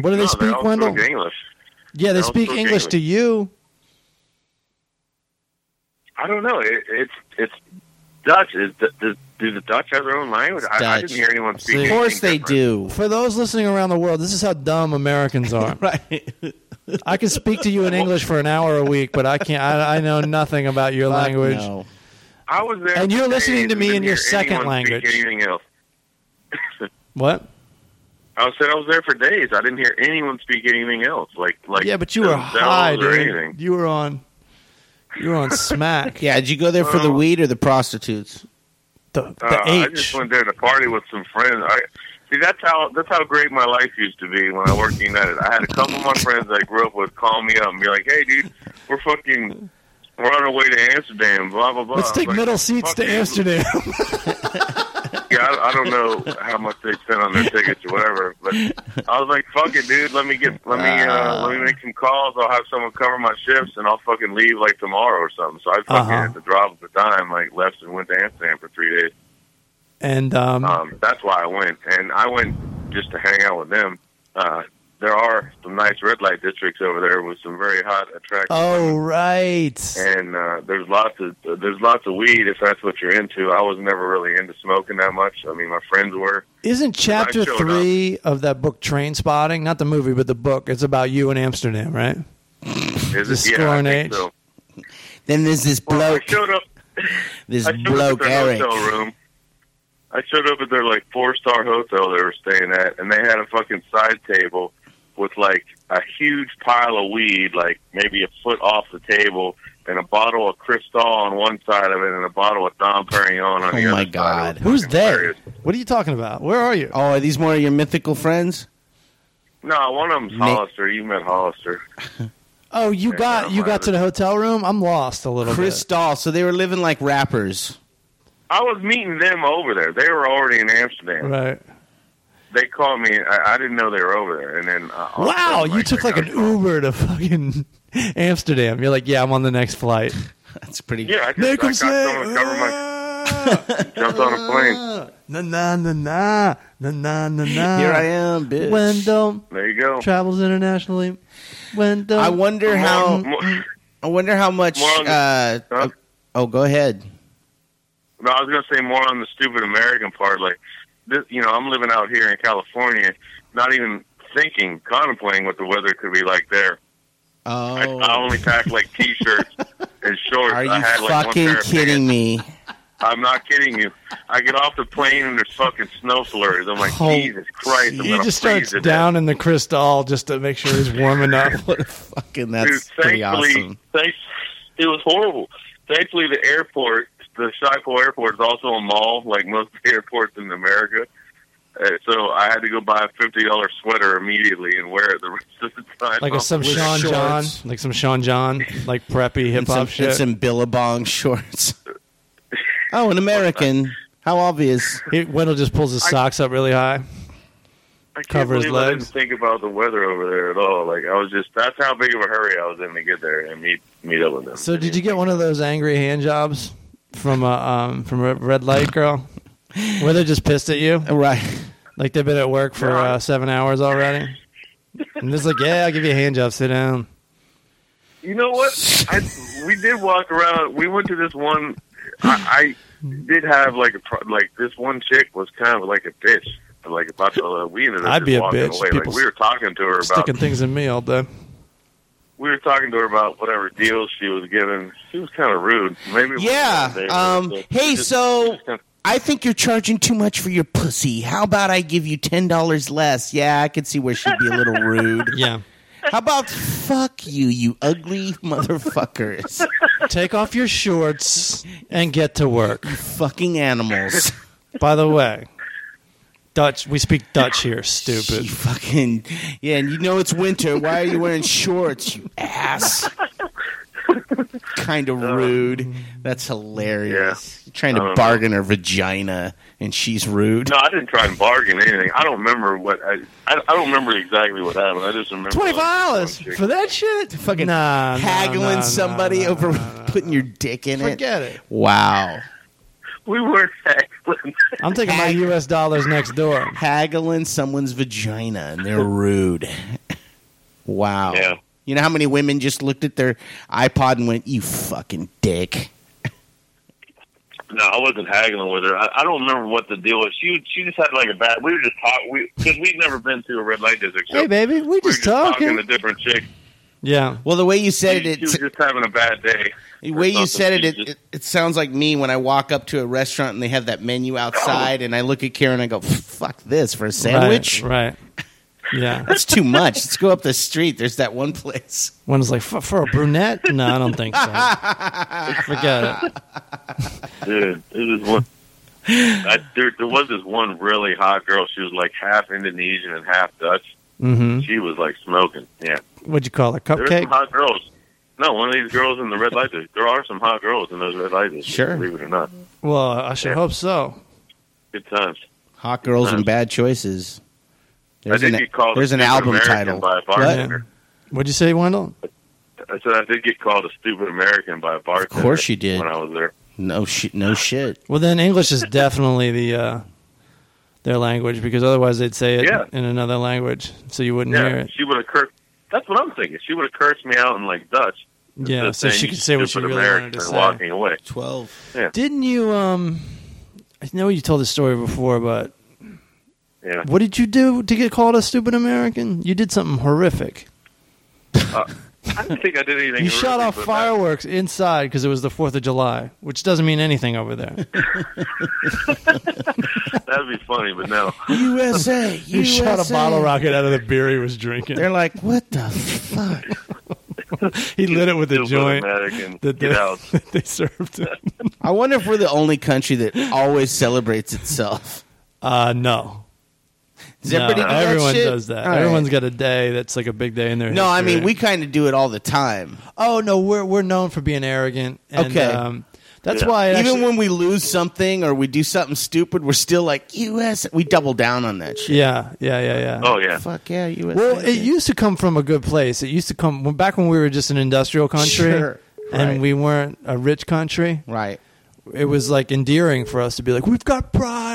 B: What do they
D: No,
B: speak,
D: all
B: Wendell?
D: spoke English.
B: Yeah, they
D: They all
B: speak
D: spoke
B: English to you.
D: I don't know. It, it's it's Dutch. Is the, the, do the Dutch have their own language? I, I
C: Dutch.
D: didn't hear anyone speak.
B: See.
C: Of
D: anything
C: course they do.
D: different.
B: For those listening around the world, this is how dumb Americans are.
C: Right.
B: I can speak to you in English for an hour a week, but I can't. I, I know nothing about your language.
C: No.
D: I was there,
B: And you're
D: today
B: listening to
D: and
B: me
D: didn't
B: in your
D: hear
B: second
D: anyone speak
B: language.
D: Anything else?
B: What?
D: I said I was there for days. I didn't hear anyone speak anything else. Like like
B: yeah, but you were
D: themselves
B: high,
D: or
B: dude.
D: anything.
B: You were on. You were on smack.
C: Yeah, did you go there for the
D: Well-
C: weed or the prostitutes?
B: The, the
D: Uh, I
B: H.
D: just went there to party with some friends. I see that's how that's how great my life used to be when I worked at United. I had a couple of my friends that I grew up with call me up and be like, "Hey, dude, we're fucking." We're on our way to Amsterdam, blah blah blah.
B: Let's
D: I'm
B: take
D: like,
B: middle seats
D: "Fuck
B: to
D: you."
B: Amsterdam.
D: Yeah, I, I don't know how much they spent on their tickets or whatever, but I was like, "Fuck it, dude. Let me get, let me, uh, let me make some calls. I'll have someone cover my shifts, and I'll fucking leave like tomorrow or something." So I fucking
B: Uh-huh.
D: at the drop of the dime, like left and went to Amsterdam for three days.
B: and um,
D: Um, that's why I went, and I went just to hang out with them. Uh, there are some nice red light districts over there with some very hot, attractive,
B: oh right,
D: and uh, there's lots of there's lots of weed if that's what you're into. I was never really into smoking that much. I mean, my friends were.
B: isn't chapter
D: showed up.
B: three of that book Train Spotting? Not the movie, but the book. It's about you in Amsterdam, right?
D: Is
B: The
D: it? Yeah, I
B: scoring
D: think
B: age?
D: so.
C: Then there's this
D: Well, I
C: bloke,
D: showed up.
C: this
D: I showed up at
C: bloke
D: their
C: Eric.
D: hotel room. I showed up at their like four star hotel they were staying at, and they had a fucking side table with like a huge pile of weed, like maybe a foot off the table, and a bottle of Cristal on one side of it, and a bottle of Dom Perignon on the
C: Oh,
D: other.
C: my
D: side.
C: God.
D: It was
B: Who's
D: fucking
B: they?
D: hilarious.
B: What are you talking about? Where are you?
C: Oh, are these more of your mythical friends?
D: No, one of them's
C: Nick-
D: Hollister. You met Hollister.
B: Oh, you
D: Yeah,
B: got
D: no,
B: you
D: I
B: got to the hotel room. I'm lost a little
C: Chris Dahl. So they were living like rappers.
D: I was meeting them over there. They were already in
B: bit.
D: Amsterdam.
B: Right.
D: They called me. I, I didn't know they were over there. And then uh, all of a
B: Wow,
D: sudden,
B: you took
D: I
B: like an
D: got called.
B: Uber to fucking Amsterdam. You're like, yeah, I'm on the next flight.
C: That's pretty.
D: Yeah, I just,
B: Make
D: I
B: him
D: got
B: say,
D: someone to cover my
B: "Ah."
D: Jumped on a plane.
B: Na na na na na na na na.
C: Here I am, bitch.
B: Wendell
D: There you go.
B: travels internationally. Wendell.
C: I wonder how.
D: More- more-
C: I wonder how much.
D: More on the-
C: Uh,
D: huh?
C: Oh, go ahead.
D: No, I was gonna say more on the stupid American part. Like, this, you know, I'm living out here in California, not even thinking, contemplating what the weather could be like there. I,
C: Oh,
D: I only packed like t-shirts and shorts.
C: are you
D: I had like one
C: fucking
D: pair of
C: kidding me?
D: I'm not kidding you. I get off the plane and there's fucking snow flurries. I'm like,
C: Oh,
D: Jesus Christ! I'm
B: he
D: gonna
B: just
D: freeze
B: starts
D: to death.
B: down in the crystal just to make sure he's warm enough.
C: What a fucking
D: Dude,
C: that's pretty
D: thankfully,
C: awesome.
D: thanks. It was horrible. Thankfully, the airport, the Shipo airport, is also a mall, like most airports in America. Uh, so I had to go buy a fifty dollar sweater immediately and wear it the rest of the time.
B: Like a, some
C: With
B: Sean
C: shorts.
B: John, like some Sean John, like preppy hip
C: And some,
B: hop
C: and
B: shit.
C: some Billabong shorts. Oh, an American. How obvious.
B: He- Wendell just pulls his socks up really high.
D: I can't
B: cover his
D: believe I
B: legs.
D: didn't think about the weather over there at all. Like I was just that's how big of a hurry I was in to get there and meet meet up with them.
B: So did you get one of those angry hand jobs from uh, um from a red light girl? Where they just pissed at you,
C: Right.
B: like they've been at work for uh, seven hours already, and it's like, yeah, I'll give you a hand job. Sit down.
D: You know what? I we did walk around. We went to this one. I, I did have like a pro- like this one chick was kind of like a bitch. Like about to, uh, we ended up
B: I'd
D: just
B: be a
D: walking
B: bitch.
D: away.
B: People
D: like we were talking to her about
B: Sticking things in me all day.
D: we were talking to her about whatever deals she was given. She was kind of rude. Maybe it was
C: Yeah,
D: that day,
C: um,
D: but
C: hey,
D: just-
C: so-
D: just kinda-
C: I think you're charging too much for your pussy. How about I give you ten dollars less? Yeah, I could see where she'd be a little rude.
B: Yeah.
C: How about fuck you, you ugly motherfuckers,
B: Take off your shorts and get to work.
C: fucking animals.
B: By the way, Dutch. We speak Dutch here.
C: You
B: Stupid.
C: fucking yeah, and you know it's winter. Why are you wearing shorts, you ass? kind of rude. That's hilarious. You're trying
D: Uh, I
C: to
D: don't
C: bargain her vagina, and she's rude.
D: no, I didn't try and bargain anything. I don't remember what I I, I don't remember exactly what happened. I just remember
B: Twenty-five
D: like,
B: dollars
D: this one chick-
B: for that shit. Fucking nah, nah,
C: Haggling
B: nah, nah,
C: somebody
B: nah,
C: over
B: nah, nah.
C: putting your dick in it.
B: Forget it.
C: Wow.
D: We weren't excellent.
B: I'm taking my U.S. dollars next door.
C: haggling someone's vagina and they're rude. Wow.
D: Yeah.
C: You know how many women just looked at their iPod and went, "You fucking dick."
D: No, I wasn't haggling with her. I, I don't remember what the deal was. She she just had like a bad. We were just talking we, because we'd never been to a red light district. So
B: Hey, baby, we
D: we were
B: just talking.
D: to different chicks.
B: Yeah.
C: Well, the way you said
D: She,
C: it, it
D: she was just having a bad day.
C: the way you
D: something.
C: said it,
D: She
C: it,
D: just-
C: it, it sounds like me when I walk up to a restaurant and they have that menu outside, and I look at Karen and I go, "Fuck this for a sandwich."
B: Right. right. Yeah.
C: That's too much. Let's go up the street. There's that one place.
B: One's like, for, for a brunette? No, I don't think so. Forget it.
D: Dude, it was one. I, there, there was this one really hot girl. She was like half Indonesian and half Dutch.
B: Mm-hmm.
D: She was like smoking. Yeah,
B: What'd you call it?
D: there were some
B: Cupcake?
D: hot girls. No, one of these girls in the red light district. There are some hot girls in those red light districts.
C: Sure.
D: believe it or not.
B: Well, I should hope so.
D: Good times.
C: Hot girls and bad choices. There's
D: I did
C: an,
D: get called a
C: there's an
D: stupid
C: album
D: American
C: title.
D: by a
C: What?
D: bartender.
B: What'd you say, Wendell?
D: I said I did get called a stupid American by a bartender.
C: course you did.
D: When I was there.
C: No shit. No shit.
B: Well, then English is definitely the uh, their language because otherwise they'd say it
D: Yeah.
B: in another language, so you wouldn't hear
D: Yeah,
B: it.
D: she would have cursed. That's what I'm thinking. She would have cursed me out in like Dutch.
B: Yeah,
D: instead of
B: so
D: saying,
B: she
D: "You
B: could say what she
D: stupid
B: really
D: American,"
B: wanted to
D: and
B: say.
D: Walking away.
C: Twelve.
B: Didn't you? Um, I know you told this story before, but
D: Yeah.
B: what did you do to get called a stupid American? You did something horrific.
D: I didn't think I did anything.
B: You shot
D: really,
B: off
D: but that-
B: fireworks inside because it was the Fourth of July, which doesn't mean anything over there.
D: That'd be funny, but no.
C: USA.
B: You shot a bottle rocket out of the beer he was drinking.
C: They're like, what the fuck?
B: He lit it with a
D: Stupid
B: joint
D: American.
B: that they,
D: Get out.
B: that they served him.
C: I wonder if we're the only country that always celebrates itself.
B: Uh, no.
C: Does
B: No,
C: everybody do that
B: everyone
C: shit?
B: does that.
C: All right.
B: Everyone's got a day that's like a big day in their
C: No, I
B: history.
C: mean we kind of do it all the time.
B: Oh no, we're we're known for being arrogant. And,
C: Okay.
B: um, that's
D: Yeah.
B: why it
C: Even
B: actually-
C: when we lose something or we do something stupid, we're still like U.S. We double down on that shit.
B: yeah, yeah, yeah, yeah.
D: Oh yeah.
C: Fuck yeah, U.S.
B: Well, it used to come from a good place. It used to come when, back when we were just an industrial country
C: Sure.
B: and
C: Right.
B: we weren't a rich country.
C: right.
B: it was like endearing for us to be like, we've got pride.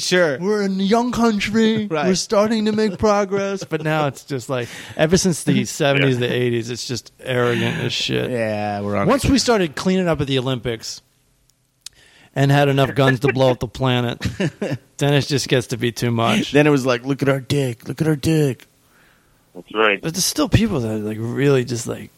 C: Sure.
B: We're in a young country.
C: Right.
B: We're starting to make progress. But now it's just like, ever since the 70s, the 80s, it's just arrogant as shit.
C: Yeah, we're on.
B: Once we started cleaning up at the Olympics and had enough guns to blow up the planet, then it just gets to be too much.
C: Then it was like, look at our dick, look at our dick.
D: That's right.
B: But there's still people that are like really just like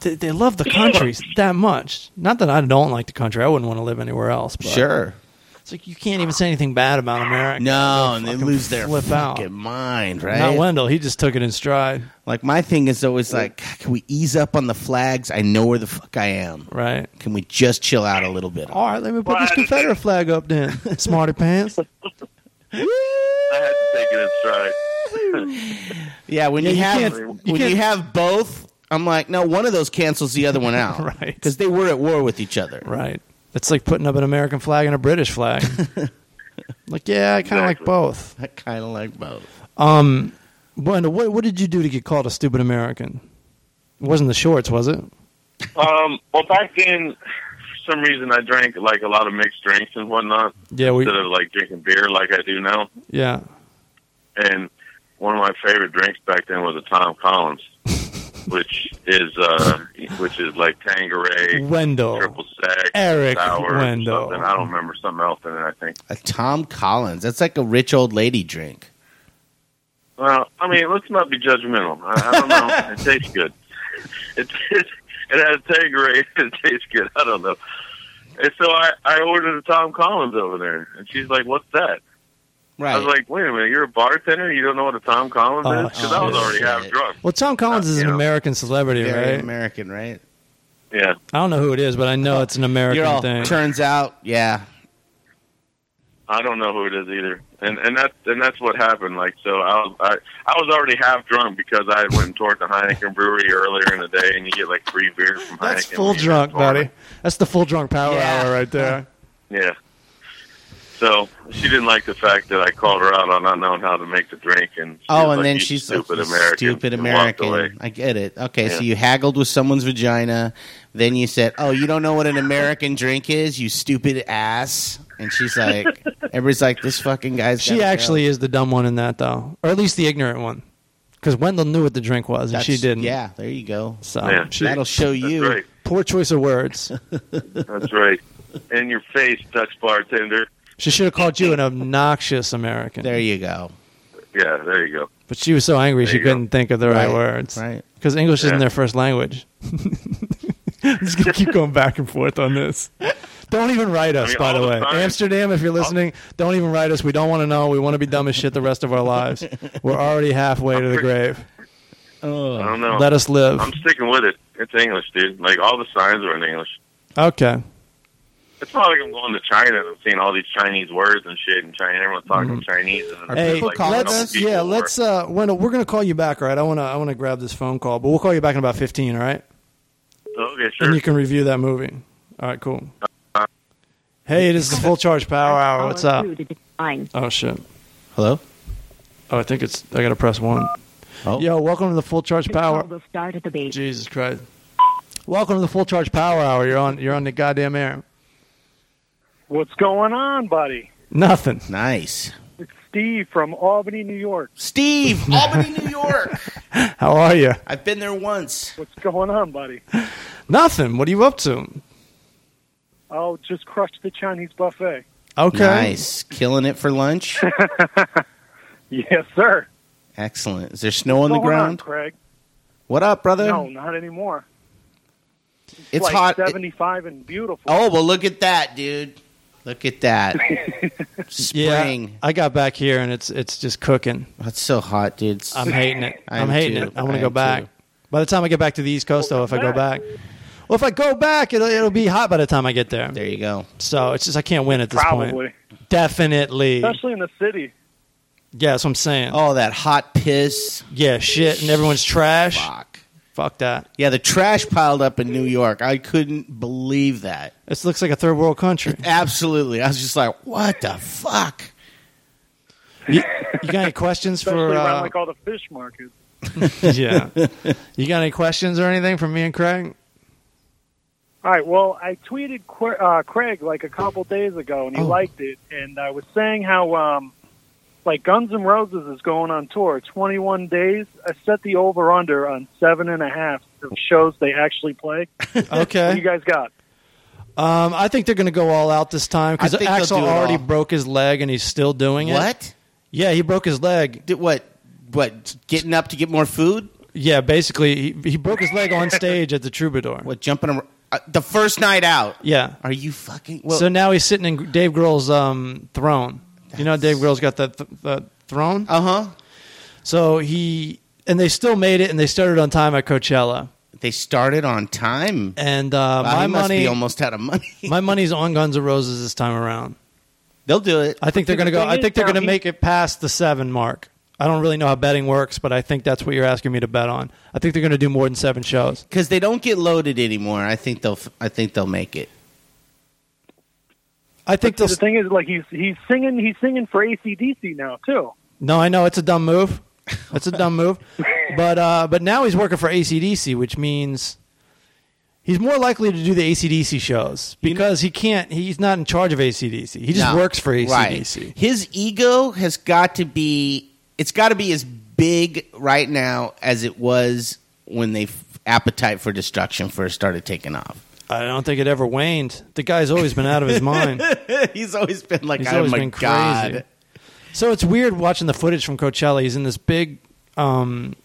B: they, they love the country that much. Not that I don't like the country; I wouldn't want to live anywhere else. But
C: Sure.
B: it's like you can't even say anything bad about America.
C: No,
B: They'll
C: and they
B: fucking
C: lose their
B: flip out.
C: fucking mind, right?
B: Not Wendell; he just took it in stride,
C: Like my thing is always like, "God, can we ease up on the flags? I know where the fuck I am.
B: right?
C: Can we just chill out a little bit?
B: All right, let me put this Confederate flag up then, smarty pants.
D: I had to take it in stride.
C: Yeah, when
B: Yeah,
C: you,
B: you
C: have
B: can't- you
C: when
B: can't-
C: you have both, I'm like, no, one of those cancels the other one out,
B: Right.
C: Because they were at war with each other.
B: Right? It's like putting up an American flag and a British flag. like, yeah, I kind of like
D: Exactly.
B: both.
C: I kind of like both.
B: Um, Wendell, what what did you do to get called a stupid American? It wasn't the shorts, was it?
D: Um, well, back then, for some reason, I drank like a lot of mixed drinks and whatnot
B: Yeah, we
D: instead of like drinking beer like I do now.
B: yeah.
D: And one of my favorite drinks back then was a Tom Collins, which is uh, which is like Tangeray,
B: Wendell.
D: triple sec,
B: Eric
D: sour,
B: Wendell.
D: something. I don't remember something else in it. I think.
C: A Tom Collins. That's like a rich old lady drink.
D: Well, I mean, let's not be judgmental. I, I don't know. it tastes good. It tastes, it has Tangeray. It tastes good. I don't know. And so I, I ordered a Tom Collins over there, and she's like, "What's that?"
C: Right.
D: I was like, "Wait a minute, you're a bartender. You don't know what a Tom Collins
B: Oh,
D: is?" Because I was
B: shit.
D: already half drunk.
B: Well, Tom Collins is an
D: Yeah.
B: American celebrity,
C: Very
B: right?
C: American, right?
D: Yeah.
B: I don't know who it is, but I know it's an American
C: You're all
B: thing.
C: turns out, yeah.
D: I don't know who it is either, and and that and that's what happened. Like so, I was I, I was already half drunk because I had went and toured the Heineken Brewery earlier in the day, and you get like free beer from
B: That's
D: Heineken.
B: full
D: when you
B: drunk,
D: perform.
B: buddy. That's the full drunk power
C: Yeah.
B: hour right there.
D: Yeah. So she didn't like the fact that I called her out on not knowing how to make the drink, and she
C: Oh,
D: was
C: and
D: like,
C: then
D: "You
C: she's like,
D: stupid
C: "You
D: American,
C: Stupid
D: and walked away.
C: American. I get it. Okay, so
D: Yeah.
C: you haggled with someone's vagina. Then you said, "Oh, you don't know what an American drink is, you stupid ass." And she's like, "Everybody's like, this fucking guy's."
B: She
C: gotta go.
B: actually is the dumb one in that, though, or at least the ignorant one, because Wendell knew what the drink was and
C: That's-
B: she didn't.
C: Yeah, there you go.
B: So
D: Yeah.
B: she-
C: That'll show
D: That's
C: you.
D: right.
B: poor choice of words.
D: That's right. In your face, Dutch bartender.
B: she should have called you an obnoxious American.
C: There you go.
D: Yeah, there you go.
B: But she was so angry she
D: you go.
B: couldn't think of the right,
C: Right,
B: words.
C: right.
B: Because English isn't
D: Yeah.
B: their first language. I'm just gonna keep going back and forth on this. Don't even write us,
D: mean,
B: by
D: all
B: the
D: the
B: way.
D: time-
B: Amsterdam, if you're listening, don't even write us. We don't want to know. We want to be dumb as shit the rest of our lives. We're already halfway to the grave.
D: I don't know.
B: Let us live.
D: I'm sticking with it. It's English, dude. Like all the signs are in English.
B: Okay.
D: It's not like I'm going to China and I'm seeing all these Chinese words and shit in China. Everyone's talking
B: Mm-hmm.
D: Chinese. And it's
B: Hey,
C: people
D: like,
C: calling
D: I don't
B: let's
D: know what
B: yeah,
D: people
B: let's uh Wendell, we're gonna call you back, all right? I wanna I wanna grab this phone call, but we'll call you back in about fifteen, all right?
D: were. Okay,
B: And
D: sure.
B: you can review that movie. All right, cool. Hey, it is the full charge power hour. What's up?
E: Fine.
B: Oh shit.
C: Hello.
B: Oh, I think it's. I gotta press one.
C: Oh,
B: Yo, welcome to the full charge power.
E: The start of the beat.
B: Jesus Christ. Welcome to the full charge power hour. You're on. You're on the goddamn air.
F: What's going on, buddy?
B: Nothing.
C: nice,
F: It's Steve from Albany, New York.
C: Steve, Albany, New York.
B: How are you?
C: I've been there once.
F: What's going on, buddy?
B: Nothing. What are you up to?
F: Oh, just crushed the Chinese buffet.
B: Okay.
C: Nice, killing it for lunch.
F: Yes, sir.
C: Excellent. Is there snow on the
F: What's going
C: ground?
F: Craig.
C: What up, brother?
F: No, not anymore.
C: it's
F: like
C: hot.
F: Seventy-five and beautiful.
C: Oh, well, look at that, dude. Look at that.
B: Yeah.
C: Spring.
B: I got back here and it's it's just cooking.
C: That's so hot, dude. It's-
B: I'm hating it.
C: I
B: I'm
C: am
B: hating
C: too.
B: it. I want
C: I
B: to go
C: am
B: back.
C: too.
B: By the time I get back to the East Coast, though, if I go back, well, if I go back, it'll it'll be hot by the time I get there.
C: there you go.
B: So it's just I can't win at this
F: probably,
B: point. Definitely.
F: especially in the city.
B: Yeah, that's what I'm saying.
C: Oh, that hot piss.
B: Yeah, shit, and everyone's trash.
C: Fuck.
B: Fuck that.
C: Yeah, the trash piled up in New York. I couldn't believe that.
B: This looks like a third world country.
C: Absolutely. I was just like, what the fuck?
B: You, you got any questions
F: Especially
B: for?
F: around
B: Uh,
F: like all the fish markets.
B: yeah. You got any questions or anything for me and Craig?
F: All right. Well, I tweeted Qu- uh, Craig like a couple days ago, and he
C: Oh.
F: liked it. And I was saying how, um, like Guns N' Roses is going on tour, 21 days. I set the over under on seven and a half of shows they actually play. What you
B: Okay.
F: guys got?
B: Um, I think they're going to go all out this time because
C: I think they'll
B: Axel
C: do it
B: already
C: all.
B: broke his leg and he's still doing it.
C: What?
B: Yeah, he broke his leg.
C: Did what? What? Getting up to get more food?
B: Yeah, basically, he, he broke his leg on stage at the Troubadour.
C: What? Jumping ar- uh, the first night out?
B: Yeah.
C: Are you fucking? Well,
B: so now he's sitting in Dave Grohl's um, throne. You know, Dave Grohl's got that th- the throne.
C: uh huh.
B: So he and they still made it, and they started on time at Coachella.
C: They started on time.
B: And uh,
C: Wow,
B: my
C: he must be
B: money,
C: almost out of money.
B: my money's on Guns N' Roses this time around.
C: They'll do it.
B: I think they're going
F: See,
B: to
F: the
B: go.
F: thing
B: I
F: is
B: think they're
F: now
B: going to
F: he-
B: make it past the seven mark. I don't really know how betting works, but I think that's what you're asking me to bet on. I think they're going to do more than seven shows.
C: because they don't get loaded anymore. I think they'll. f- I think they'll make it.
B: I think
F: The
B: they'll.
F: thing is, like he's he's singing he's singing for ACDC now too.
B: No, I know it's a dumb move. It's a dumb move, but uh, but now he's working for ACDC, which means he's more likely to do the ACDC shows because he can't. He's not in charge of ACDC. He just
C: No.
B: works for
C: Right.
B: ACDC.
C: His ego has got to be. It's got to be as big right now as it was when they f- appetite for destruction first started taking off.
B: I don't think it ever waned. The guy's always been out of his mind.
C: He's always been like,
B: He's
C: oh
B: always
C: my
B: been crazy.
C: god.
B: So it's weird watching the footage from Coachella. He's in this big, um,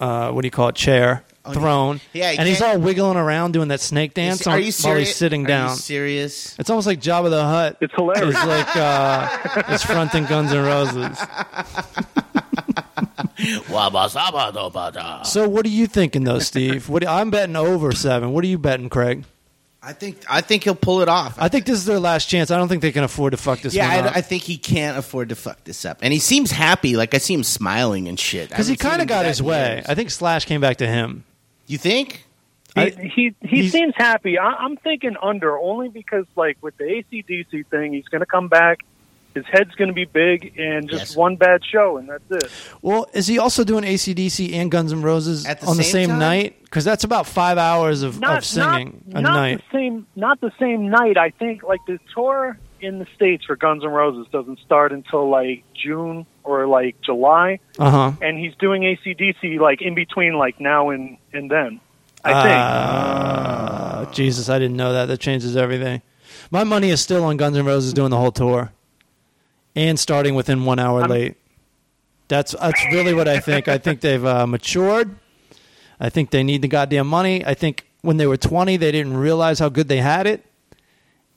B: uh, what do you call it, chair,
C: Oh,
B: throne.
C: yeah, he
B: and he's
C: can't-
B: all wiggling around doing that snake
C: Is-
B: dance
C: Are
B: on-
C: you serious?
B: while he's sitting
C: Are you
B: down.
C: serious?
B: It's almost like Jabba the Hutt
F: It's hilarious.
B: is like uh, is fronting Guns N' Roses.
C: Wabba-sabba-dabba-da.
B: So what are you thinking though, Steve? What I'm betting over seven. What are you betting, Craig?
C: I think I think he'll pull it off.
B: I think this is their last chance. I don't think they can afford to fuck this
C: yeah,
B: one up.
C: I, I think he can't afford to fuck this up, and he seems happy. Like I see him smiling and shit. I
B: because he
C: haven't seen
B: kind
C: him
B: of
C: do
B: got
C: that
B: his
C: in
B: way.
C: years.
B: I think Slash came back to him.
C: You think?
B: I-
F: he he, he
B: he's-
F: seems happy. I, I'm thinking under only because like with the ACDC thing, he's going to come back. His head's going to be big, and just
C: Yes.
F: one bad show, and that's it.
B: Well, is he also doing ACDC and Guns N' Roses
C: At the
B: on the
C: same
B: same
C: time?
B: night? Because that's about five hours of, of singing
F: not,
B: a
F: not
B: night.
F: the same not the same night i think like the tour in the states for guns n' roses doesn't start until like june or like july
B: Uh huh.
F: and he's doing acdc like in between like now and and then i
B: Ah. Uh, Jesus, I didn't know that. That changes everything. My money is still on Guns N' Roses doing the whole tour and starting within one hour late. That's that's really what I think. I think they've uh, matured. I think they need the goddamn money. I think when they were twenty, they didn't realize how good they had it,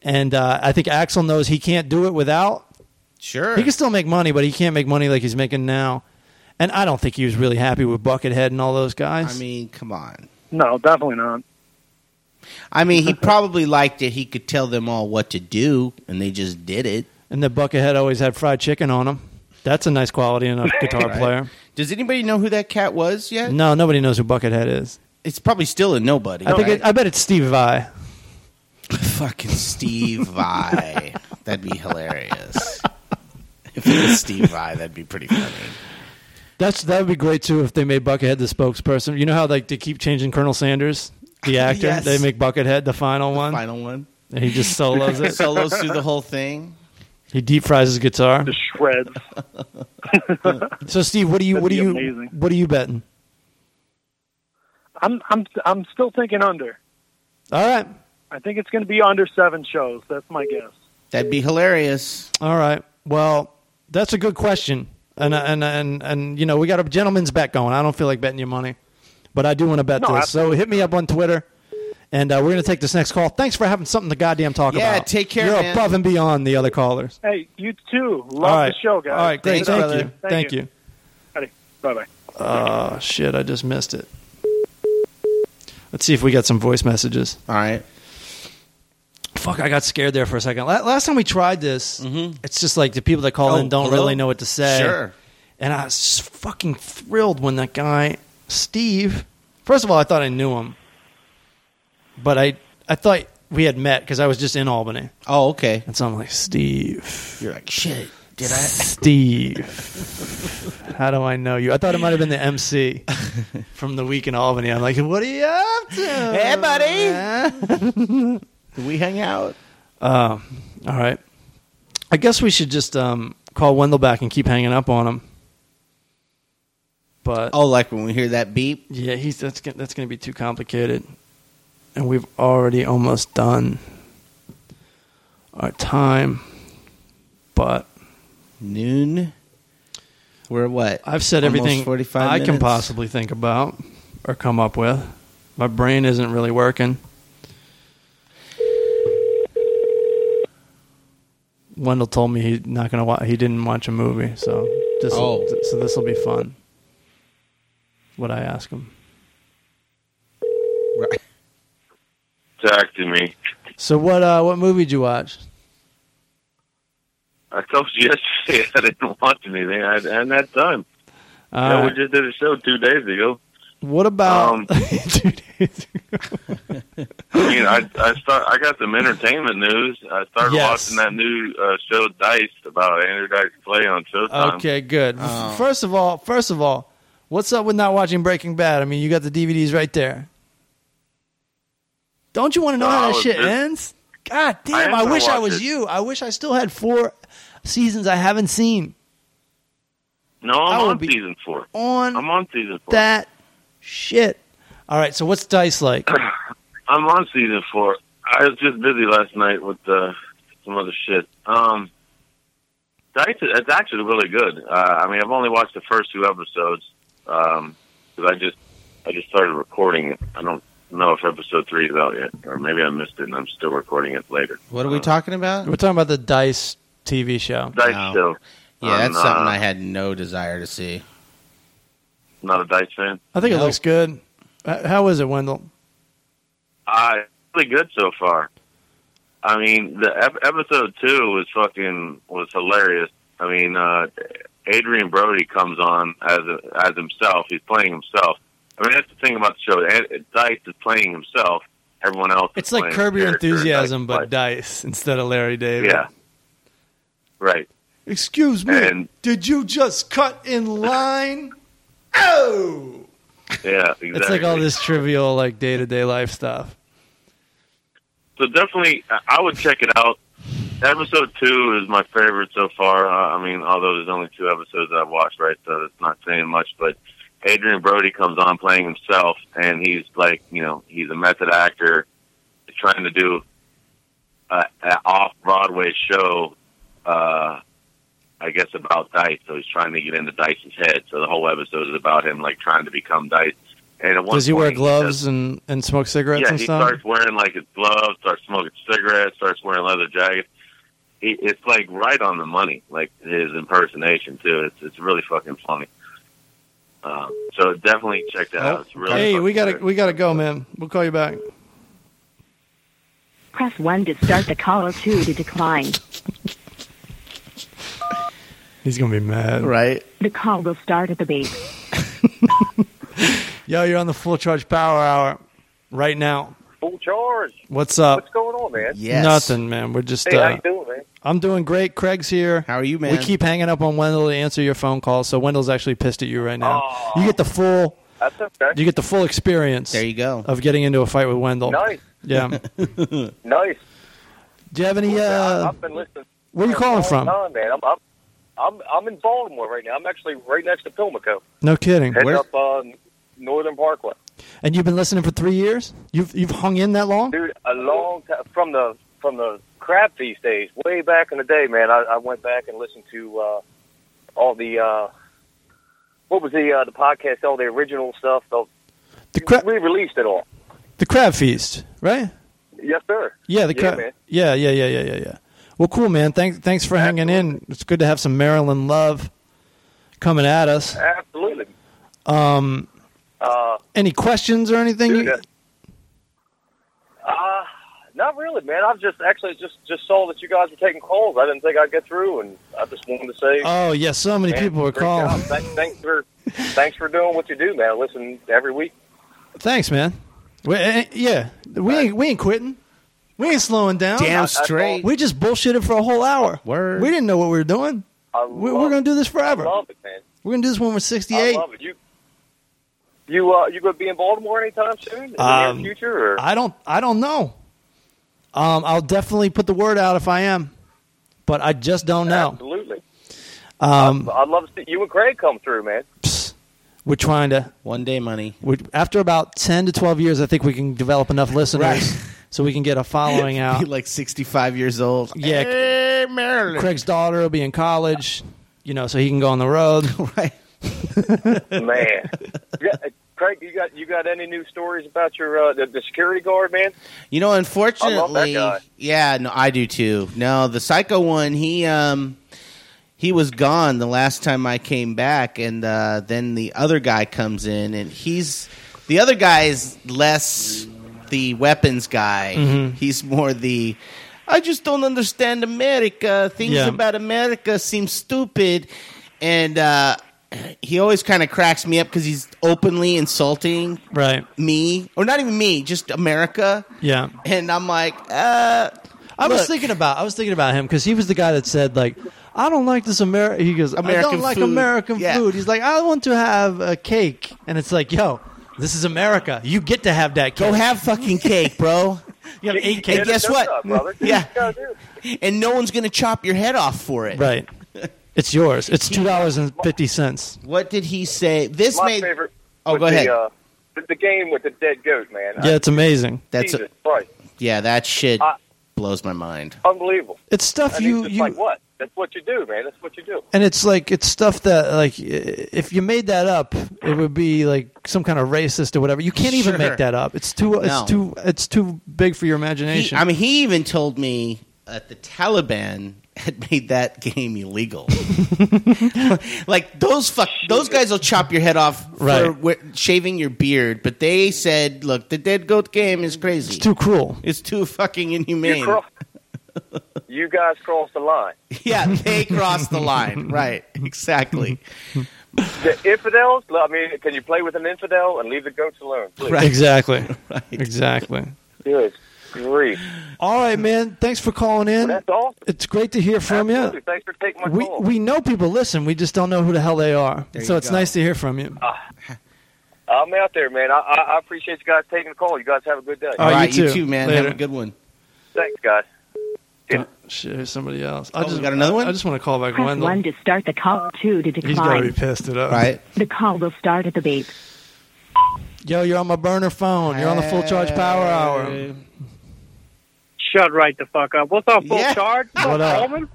B: and uh, I think Axel knows he can't do it without.
C: Sure.
B: He can still make money, but he can't make money like he's making now. And I don't think he was really happy with Buckethead and all those guys.
C: I mean, come on.
F: think no definitely not
C: I mean, he probably liked it. He could tell them all what to do, and they just did it.
B: and the Buckethead always had fried chicken on him. That's a nice quality in a guitar
C: Right.
B: player.
C: Does anybody know who that cat was yet?
B: No, nobody knows who Buckethead is.
C: It's probably still a nobody.
B: I think
C: right?
B: it, I bet it's Steve Vai.
C: fucking Steve Vai. That'd be hilarious. if it was Steve Vai, that'd be pretty funny.
B: That's that would be great too if they made Buckethead the spokesperson. You know how like they keep changing Colonel Sanders, the actor.
C: Yes.
B: They make Buckethead the final one,
C: Final one.
B: and he just solos it.
C: Solos through the whole thing.
B: He deep fries his guitar.
F: the shreds
B: So Steve, what do you
F: That'd
B: what do
F: be
B: you
F: amazing.
B: what are you betting?
F: i'm i'm i'm still thinking under
B: All right,
F: i think it's going to be under seven shows that's my guess
C: That'd be hilarious.
B: all right. Well, that's a good question, and and and and you know we got a gentleman's bet going. I don't feel like betting your money, but I do want to bet
F: No,
B: this. So hit me up on Twitter, and uh, we're gonna take this next call. Thanks for having something to goddamn talk
C: Yeah,
B: about.
C: take care,
B: You're
C: man.
B: above and beyond the other callers.
F: hey you too love
B: all right,
F: the show guys
B: All right, great.
F: Thanks,
B: Thank
F: brother.
B: you. Thank you.
F: Howdy. bye-bye
B: Oh shit, I just missed it. Let's see if we got some voice messages.
C: All right.
B: Fuck, I got scared there for a second. La- Last time we tried this, it's just like the people that call
C: Oh,
B: in don't
C: hello?
B: really know what to say.
C: Sure.
B: And I was just fucking thrilled when that guy, Steve, first of all, I thought I knew him, but I, I thought we had met because I was just in Albany.
C: Oh, okay.
B: And so I'm like, Steve.
C: You're like, shit. Did I?
B: Steve. How do I know you? I thought it might have been the MC from the week in Albany. I'm like, what are you up to?
C: Hey, buddy.
B: buddy.
C: We hung out.
B: all right. I guess we should just um, call Wendell back and keep hanging up on him. But
C: Oh, like when we hear that beep.
B: yeah, he's that's gonna, that's going to be too complicated, and we've already almost done our time. But
C: Noon. We're what?
B: I've said
C: Almost
B: everything
C: 45
B: I can
C: minutes.
B: possibly think about or come up with. My brain isn't really working. Wendell told me he's not gonna wa- he didn't watch a movie, so this
C: Oh.
B: so this will be fun. What I ask him.
C: Right.
D: Talk to me.
B: So what uh, what movie did you watch?
D: I told you yesterday I didn't watch anything. I hadn't had time.
B: All
D: yeah,
B: right.
D: we just did a show two days ago.
B: what about
D: Um,
B: Dude, it's-
D: I mean, I I start I got some entertainment news. I started
B: Yes.
D: watching that new uh, show Dice about Andrew Dice Clay on Showtime.
B: Okay, good. F-
D: um,
C: Oh.
B: First of all, first of all, what's up with not watching Breaking Bad? I mean, you got the DVDs right there. Don't you want to know
D: No, I
B: how that
D: was
B: shit
D: just-
B: ends? God damn!
D: I
B: I,
D: am gonna
B: wish I
D: watch
B: was
D: it.
B: you. I wish I still had four seasons I haven't seen
D: No, I'm
B: I will
D: on
B: be- Mm.
D: season four.
B: on
D: I'm on season four.
B: that shit. All right, so what's Dice like?
D: I'm on season four. I was just busy last night with uh, some other shit. Um, Dice, it's actually really good. Uh, I mean, I've only watched the first two episodes um 'cause I just I just started recording it. I don't know if episode three is out yet, or maybe I missed it and I'm still recording it later.
C: What are we talking about?
B: We're talking about the Dice TV show.
D: Dice
C: No.
D: show.
C: Yeah, that's
D: I'm,
C: something
D: uh,
C: I had no desire to see.
D: Not a Dice fan.
B: I think it
C: No.
B: looks good. Uh, How is it, Wendell?
D: Uh, really good so far. I mean, the ep- episode two was fucking was hilarious. I mean, uh, Adrian Brody comes on as a, as himself. He's playing himself. I mean, that's the thing about the show. Ed- Dice is playing himself. Everyone else.
B: It's
D: is
B: like
D: playing
B: Curb
D: the
B: Your
D: character.
B: Enthusiasm,
D: Dice
B: but Dice instead of Larry
D: plays-
B: David.
D: yeah, right.
B: Excuse me.
D: And-
B: did you just cut in line? oh!
D: Yeah, exactly.
B: It's like all this trivial, like day to day life stuff.
D: So definitely, I- I would check it out. Episode two is my favorite so far. Uh, I mean, although there's only two episodes I've watched, right? So it's not saying much. But Adrian Brody comes on playing himself, and he's like, you know, he's a method actor trying to do a, a off Broadway show. Uh, I guess about Dice, so he's trying to get into Dice's head. So the whole episode is about him like trying to become Dice. And at one
B: Does he wear
D: point, says-
B: gloves and, and smoke cigarettes
D: yeah,
B: and
D: he
B: stuff?
D: starts wearing like his gloves, starts smoking cigarettes, starts wearing leather jackets. It, it's like right on the money, like his impersonation too. It's it's really fucking funny. Um, so definitely check that out. It's really
B: hey, we
D: fucking
B: gotta
D: good.
B: we gotta go, man. We'll call you back.
E: Press 1 to start the call or 2 to decline.
B: He's gonna be mad.
C: Right?
E: The call will start at the beep.
B: Yo, you're on the full charge power hour right now.
G: Full charge.
B: What's up?
G: What's going on,
B: Uh,
G: man?
C: Yes.
B: Nothing, man. We're just
G: Hey, how
B: uh,
G: you doing, man?
B: I'm doing great. Craig's here.
C: How are you, man?
B: We keep hanging up on Wendell to answer your phone call, so Wendell's actually pissed at you right now. You get the full
G: That's okay.
B: you get the full experience
C: There you go.
B: of getting into a fight with Wendell.
G: Nice,
B: Yeah.
G: nice.
B: Do you have any?
G: I,
B: Uh,
G: I've been listening.
B: where are you
G: for a
B: calling
G: long
B: from?
G: Time, man. I'm, I'm, I'm, I'm in Baltimore right now. I'm actually right next to Pimlico,
B: No kidding.
G: heading
C: Where?
G: up uh, Northern Parkway.
B: And you've been listening for three years. You've you've hung in that long.
G: Dude, a long time from the from the crab feast days, way back in the day, man. I, I went back and listened to uh, all the uh, what was the uh, the podcast, all the original stuff. The,
B: The crab
G: we released it all.
B: the crab feast, right?
G: Yes, sir.
B: Yeah, the
G: Yeah,
B: crab.
G: man.
B: Yeah, yeah, yeah, yeah, yeah, yeah. Well, cool, man. Thanks thanks for hanging in. It's good to have some Maryland love coming at us.
G: Absolutely.
B: Um,
G: Uh,
B: any questions or anything?
G: Dude, uh, Uh, not really, man. I've just actually just just saw that you guys were taking calls. I didn't think I'd get through, and I just wanted to say,
B: oh yeah, so many
G: man,
B: people were
G: great job.
B: calling.
G: Thanks, thanks for thanks for doing what you do, man. I listen every week.
B: Thanks, man. We, eh, yeah, we ain't we ain't quitting. We ain't slowing down.
C: Damn
G: I- I
C: straight.
B: We just bullshitted for a whole hour.
C: Word.
B: We didn't know what we were doing.
G: I
B: We're,
G: love
B: we're going to do this
G: it.
B: forever.
G: love it, man.
B: We're going to do this when we're
G: I
B: 68.
G: love it. You, you, uh, you going to be in Baltimore anytime soon in the
B: Um,
G: near future? Or?
B: I don't. I don't know. Um, I'll definitely put the word out if I am, but I just don't know.
G: Absolutely.
B: Um,
G: I'd love to see you and Craig come through, man.
B: psst, we're trying to.
C: One day, money.
B: we after about ten to twelve years, I think we can develop enough listeners
C: Right.
B: so we can get a following
C: Be
B: out.
C: like sixty-five years old.
B: Yeah.
C: hey, Marilyn.
B: Craig's daughter will be in college, you know, so he can go on the road.
C: Right.
G: Man, yeah, uh, Craig, you got you got any new stories about your uh, the, the security guard, man?
C: You know, unfortunately,
G: guy.
C: yeah, no, I do too. No, the psycho one, he um, he was gone the last time I came back, and uh, then the other guy comes in, and he's the other guy is less the weapons guy.
B: Mm-hmm.
C: He's more the I just don't understand America. Things
B: Yeah.
C: about America seem stupid, and uh, he always kind of cracks me up because he's openly insulting
B: Right.
C: me, or not even me, just America.
B: Yeah.
C: And I'm like, uh,
B: I was
C: Look.
B: thinking about I was thinking about him because he was the guy that said like I don't like this American. He goes I
C: American
B: don't like
C: food."
B: American
C: Yeah.
B: food. He's like I want to have a cake, and it's like yo, this is America. You get to have that cake.
C: go have fucking cake, bro.
B: you have eight
C: And
B: cakes.
C: guess
G: That's
C: what?
G: up, brother.
C: Yeah.
G: You gotta do it.
C: And no one's gonna chop your head off for it.
B: Right. It's yours. It's two dollars and fifty cents.
C: What did he say? This
G: My
C: made
G: favorite.
C: Oh,
G: was
C: go ahead.
G: The, uh, the, the game with the dead goat, man.
B: Yeah, it's amazing.
C: that's
G: Jesus Christ,
C: yeah, that shit
G: I-
C: blows my mind.
G: unbelievable.
B: It's stuff
G: I mean,
B: you
G: it's
B: you
G: like what? That's what you do, man. That's what you do.
B: and it's like it's stuff that like i- if you made that up, it would be like some kind of racist or whatever. You can't even
C: Sure.
B: make that up. It's too it's
C: No.
B: too it's too big for your
C: He,
B: imagination.
C: I mean, he even told me that the Taliban had made that game illegal. like those fuck, those guys will chop your head off
B: Right.
C: for wi- shaving your beard, but they said, look, the dead goat game is crazy.
B: it's too cruel.
C: It's too fucking
G: You,
C: inhumane.
G: cross, you guys cross the line.
C: yeah, they crossed the line. Right. Exactly.
G: The infidels. I mean, can you play with an infidel and leave the goats alone? Please.
C: Right.
B: Exactly.
C: Right.
B: Exactly.
G: Good grief.
B: All right, man. Thanks for calling in.
G: That's awesome.
B: It's great to hear from
G: Absolutely.
B: you.
G: Thanks for taking my
B: We
G: call.
B: we know people listen. We just don't know who the hell they are.
C: There
B: so
C: you
B: it's
C: go.
B: nice to hear from you.
G: Ah. I'm out there, man. I, I, I appreciate you guys taking the call. You guys have a good day.
B: All
C: All
B: right,
C: right,
B: you
C: you,
B: too.
C: too, man.
B: Later.
C: Have a good one.
G: Thanks, guys.
B: Shit, here's somebody else. I
C: Oh, we
B: just
C: got another one?
B: I just want to call back
E: Press
B: Wendell.
E: 1 to start the call, 2 to
B: He's got to be
E: decline.
B: pissed it up.
C: Right.
E: The call will start at the beep.
B: Yo, you're on my burner phone. You're on the full charge power hour.
F: Shut right the fuck up. What's up, full
C: Yeah.
F: charge?
B: What up?
F: Coleman?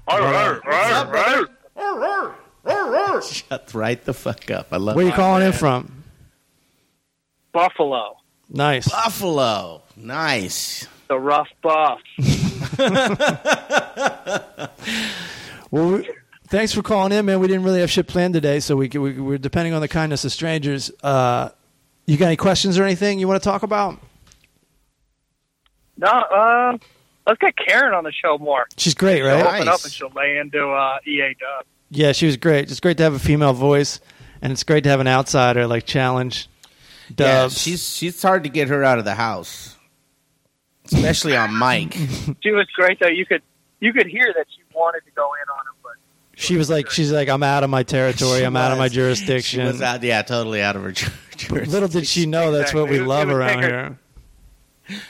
C: Shut right the fuck up. I love
B: Where you
C: it.
B: calling in from?
F: Buffalo.
B: Nice.
C: Buffalo. Nice.
F: The rough buff.
B: Well, we, thanks for calling in, man. We didn't really have shit planned today, so we, c- we we're depending on the kindness of strangers. Uh, you got any questions or anything you want to talk about?
F: No, uh, let's get Karen on the show more.
B: She's great,
F: She'll
B: right?
F: Open
C: Nice.
F: up and she'll lay into uh, EA Dub.
B: Yeah, she was great. It's great to have a female voice, and it's great to have an outsider like challenge.
C: Yeah,
B: Dubs.
C: she's she's hard to get her out of the house. Especially on Mike.
F: She was great though. You could you could hear that she wanted to go in on him, but
B: she was like, she's like, I'm out of my territory.
C: She
B: I'm out of my
C: was.
B: jurisdiction.
C: She was out, yeah, totally out of her church.
B: Little did she know that's what we
F: Exactly. It was-
B: love
F: it was
B: around
F: bigger.
B: here.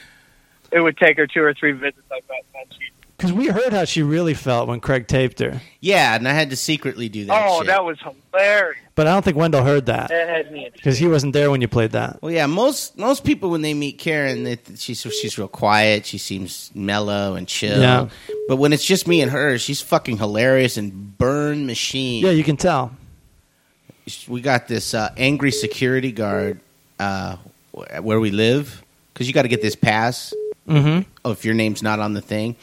F: it would take her two or three visits. I bet. And then she,
B: Because we heard how she really felt when Craig taped her,
C: Yeah, and I had to secretly do that
F: oh,
C: shit.
F: that was hilarious.
B: but I don't think Wendell heard that
F: That had me. in-
B: because he wasn't there when you played that.
C: Well, yeah, most most people when they meet Karen, they, she's she's real quiet. She seems mellow and chill.
B: Yeah.
C: But when it's just me and her, she's fucking hilarious and burn machine.
B: Yeah, you can tell.
C: We got this uh, angry security guard uh, wh- where we live because you got to get this pass
B: Mm-hmm.
C: oh, if your name's not on the thing.